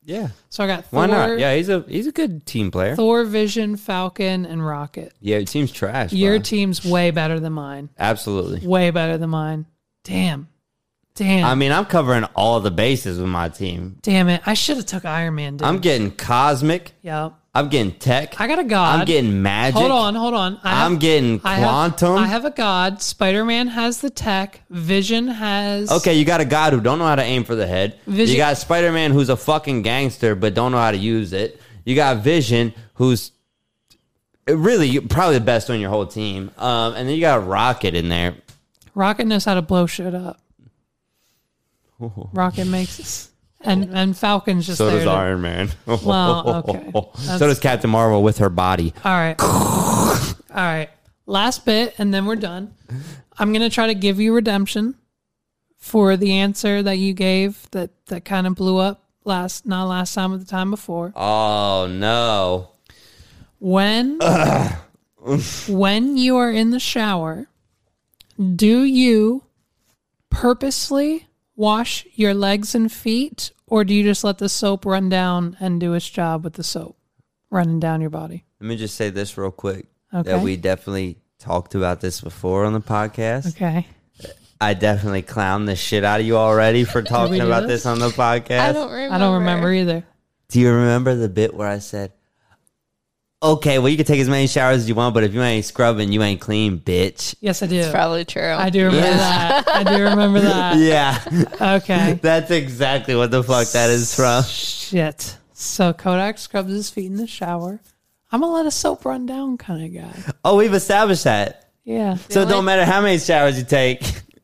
Speaker 2: Yeah.
Speaker 1: So I got Thor,
Speaker 2: Why not? Yeah, he's a he's a good team player.
Speaker 1: Thor, Vision, Falcon, and Rocket.
Speaker 2: Yeah, it seems trash.
Speaker 1: Your
Speaker 2: bro.
Speaker 1: team's way better than mine.
Speaker 2: Absolutely.
Speaker 1: Way better than mine. Damn. Damn.
Speaker 2: I mean, I'm covering all the bases with my team.
Speaker 1: Damn it. I should have took Iron Man, dude.
Speaker 2: I'm getting cosmic.
Speaker 1: Yep.
Speaker 2: I'm getting tech.
Speaker 1: I got a god.
Speaker 2: I'm getting magic.
Speaker 1: Hold on, hold on. I
Speaker 2: I'm getting
Speaker 1: I have-
Speaker 2: quantum.
Speaker 1: I have, a god. Spider Man has the tech. Vision has.
Speaker 2: Okay, you got a god who don't know how to aim for the head.
Speaker 1: Vision-
Speaker 2: You got Spider Man who's a fucking gangster but don't know how to use it. You got Vision who's really probably the best on your whole team. Um, and then you got Rocket in there.
Speaker 1: Rocket knows how to blow shit up. Rocket makes us. And, and Falcon's just
Speaker 2: So
Speaker 1: there.
Speaker 2: does
Speaker 1: to-
Speaker 2: Iron Man.
Speaker 1: Well, okay.
Speaker 2: so does Captain Marvel with her body.
Speaker 1: All right. All right. Last bit, and then we're done. I'm going to try to give you redemption for the answer that you gave that, that kind of blew up last, not last time, but the time before.
Speaker 2: Oh no.
Speaker 1: When, when you are in the shower, do you purposely wash your legs and feet, or do you just let the soap run down and do its job with the soap running down your body?
Speaker 2: Let me just say this real quick
Speaker 1: Okay.
Speaker 2: that we definitely talked about this before on the podcast.
Speaker 1: Okay.
Speaker 2: I definitely clowned the shit out of you already for talking
Speaker 1: do
Speaker 2: about
Speaker 1: this?
Speaker 2: this on the podcast.
Speaker 4: I don't remember.
Speaker 1: I don't remember either.
Speaker 2: Do you remember the bit where I said, "Okay, well you can take as many showers as you want, but if you ain't scrubbing, you ain't clean, bitch."
Speaker 1: Yes, I do.
Speaker 4: It's probably true.
Speaker 1: I do remember that. I do remember that.
Speaker 2: Yeah,
Speaker 1: Okay.
Speaker 2: that's exactly what the fuck that is from.
Speaker 1: Shit. So Kodak scrubs his feet in the shower. I'm a let a soap run down kind of guy.
Speaker 2: Oh, we've established that.
Speaker 1: Yeah.
Speaker 2: So it don't matter how many showers you take.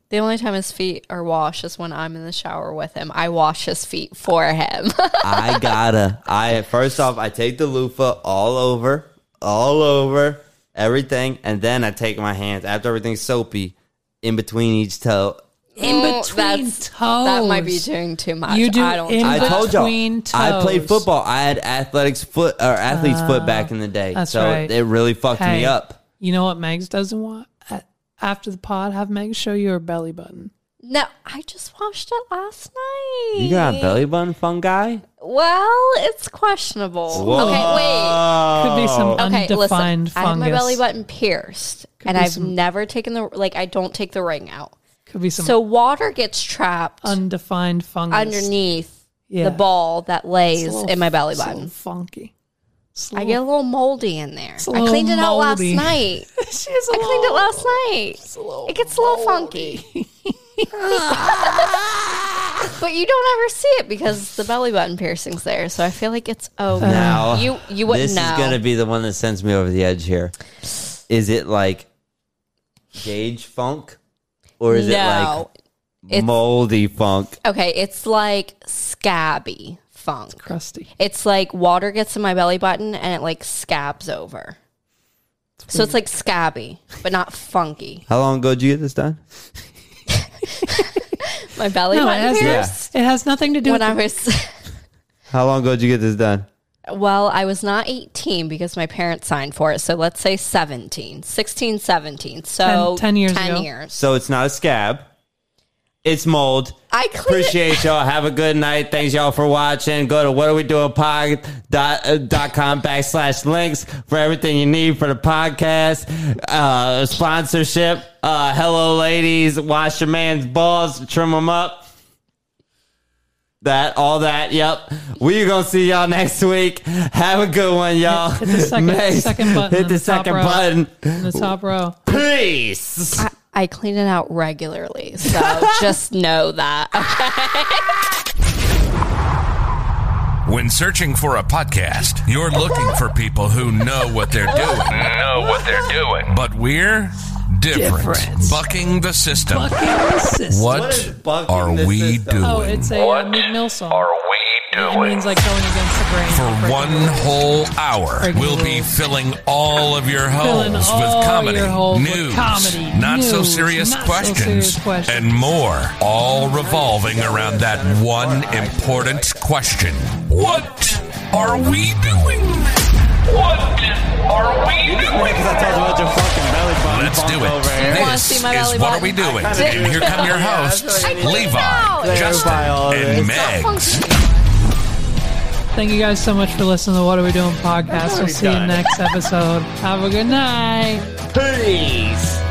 Speaker 4: The only time his feet are washed is when I'm in the shower with him. I wash his feet for him.
Speaker 2: I gotta. I first off, I take the loofah all over, all over everything, and then I take my hands after everything's soapy, in between each toe.
Speaker 1: In
Speaker 4: Oh,
Speaker 1: between toes.
Speaker 4: That might be doing too much.
Speaker 1: You do
Speaker 4: I don't.
Speaker 1: in-
Speaker 4: do
Speaker 2: I
Speaker 4: that.
Speaker 2: told y'all.
Speaker 1: Between
Speaker 2: I played
Speaker 1: toes. Uh,
Speaker 2: football. I had athletics foot or athlete's foot back in the day,
Speaker 1: that's
Speaker 2: so
Speaker 1: right.
Speaker 2: it really fucked
Speaker 1: Hey,
Speaker 2: me up.
Speaker 1: You know what Megs doesn't want? A- After the pod, have Megs show you her belly button.
Speaker 4: no, I just washed it last night.
Speaker 2: You got a belly button fungi?
Speaker 4: Well, it's questionable. Okay, wait.
Speaker 1: Could be some
Speaker 4: Okay,
Speaker 1: undefined
Speaker 4: listen. I have
Speaker 1: fungus.
Speaker 4: my belly button pierced, and
Speaker 1: be
Speaker 4: I've
Speaker 1: some-
Speaker 4: never taken the like. I don't take the ring out,
Speaker 1: Could be some
Speaker 4: so water gets trapped
Speaker 1: undefined fungus
Speaker 4: underneath
Speaker 1: Yeah.
Speaker 4: the ball that
Speaker 1: It's a
Speaker 4: lays
Speaker 1: little-
Speaker 4: in my belly
Speaker 1: it's a little
Speaker 4: button.
Speaker 1: funky. It's a
Speaker 4: I get a
Speaker 1: little-
Speaker 4: little moldy in there.
Speaker 1: a
Speaker 4: I
Speaker 1: little
Speaker 4: cleaned it out last
Speaker 1: moldy.
Speaker 4: night.
Speaker 1: She has a
Speaker 4: I cleaned it
Speaker 1: little-
Speaker 4: last night. It gets a little funky. but you don't ever see it because the belly button piercing's there. So I feel like it's
Speaker 1: Uh,
Speaker 4: okay.
Speaker 2: Now
Speaker 4: you you wouldn't
Speaker 2: this
Speaker 4: know.
Speaker 2: is gonna be the one that sends me over the edge here. Is it like gauge funk, or is
Speaker 4: no.
Speaker 2: it like
Speaker 4: it's-
Speaker 2: moldy funk?
Speaker 4: okay, it's like scabby funk.
Speaker 1: crusty.
Speaker 4: It's like water gets in my belly button and it like scabs over. So it's like scabby, but not funky.
Speaker 2: How long ago did you get this done?
Speaker 4: My belly
Speaker 1: No, it
Speaker 4: button
Speaker 1: has,
Speaker 4: pierced
Speaker 1: it has nothing to do
Speaker 4: when
Speaker 1: with
Speaker 4: I was
Speaker 2: How long ago did you get this done?
Speaker 4: Well, I was not 18 because my parents signed for it. So let's say 17, 16, 17.
Speaker 1: 10
Speaker 4: So
Speaker 1: 10 years ago.
Speaker 4: years.
Speaker 2: So it's not a scab. It's mold.
Speaker 4: I clean
Speaker 2: Appreciate y'all. Have a good night. Thanks y'all for watching. Go to what are we doing pod dot, uh, dot com backslash links for everything you need for the podcast, uh, sponsorship. Uh, hello, ladies. Wash your man's balls. Trim them up. That all that. Yep. We're gonna see y'all next week. Have a good one, y'all.
Speaker 1: Hit the second- second button
Speaker 2: Hit
Speaker 1: on
Speaker 2: the
Speaker 1: the top
Speaker 2: second
Speaker 1: row.
Speaker 2: button.
Speaker 1: in the top row.
Speaker 2: Peace.
Speaker 4: it. I clean it out regularly. So just know that.
Speaker 5: When searching for a podcast, you're looking for people who know what they're doing. Know what they're doing. But we're different.
Speaker 1: Different.
Speaker 5: Bucking the system.
Speaker 1: Fucking system.
Speaker 5: What,
Speaker 2: What is bucking
Speaker 5: are
Speaker 2: the
Speaker 5: we
Speaker 2: system?
Speaker 5: doing?
Speaker 1: Oh, it's a uh, Meek Mill song.
Speaker 5: we
Speaker 1: It means like going against the grain.
Speaker 5: For one whole hour,
Speaker 1: Breaking
Speaker 5: we'll be
Speaker 1: rules.
Speaker 5: filling all of your homes
Speaker 1: Filling all
Speaker 5: with comedy,
Speaker 1: your holes with
Speaker 5: news,
Speaker 1: comedy,
Speaker 5: not, so
Speaker 1: news,
Speaker 5: serious,
Speaker 1: not so
Speaker 5: questions,
Speaker 1: serious questions.
Speaker 5: and more, all revolving around that one important question What are we doing? What are we doing? Let's do it.
Speaker 4: You wanna
Speaker 5: This
Speaker 4: see my
Speaker 5: is
Speaker 4: belly
Speaker 5: what are we
Speaker 4: button?
Speaker 5: doing?
Speaker 4: I kinda
Speaker 5: And
Speaker 4: do.
Speaker 5: here come your hosts,
Speaker 4: I clean it out.
Speaker 5: Levi,
Speaker 4: Clarify
Speaker 5: Justin,
Speaker 2: all
Speaker 5: and
Speaker 2: this.
Speaker 5: Megs.
Speaker 1: Thank you guys so much for listening to What Are We Doing podcast. We'll see you
Speaker 2: done.
Speaker 1: next episode. Have a good night.
Speaker 2: Peace.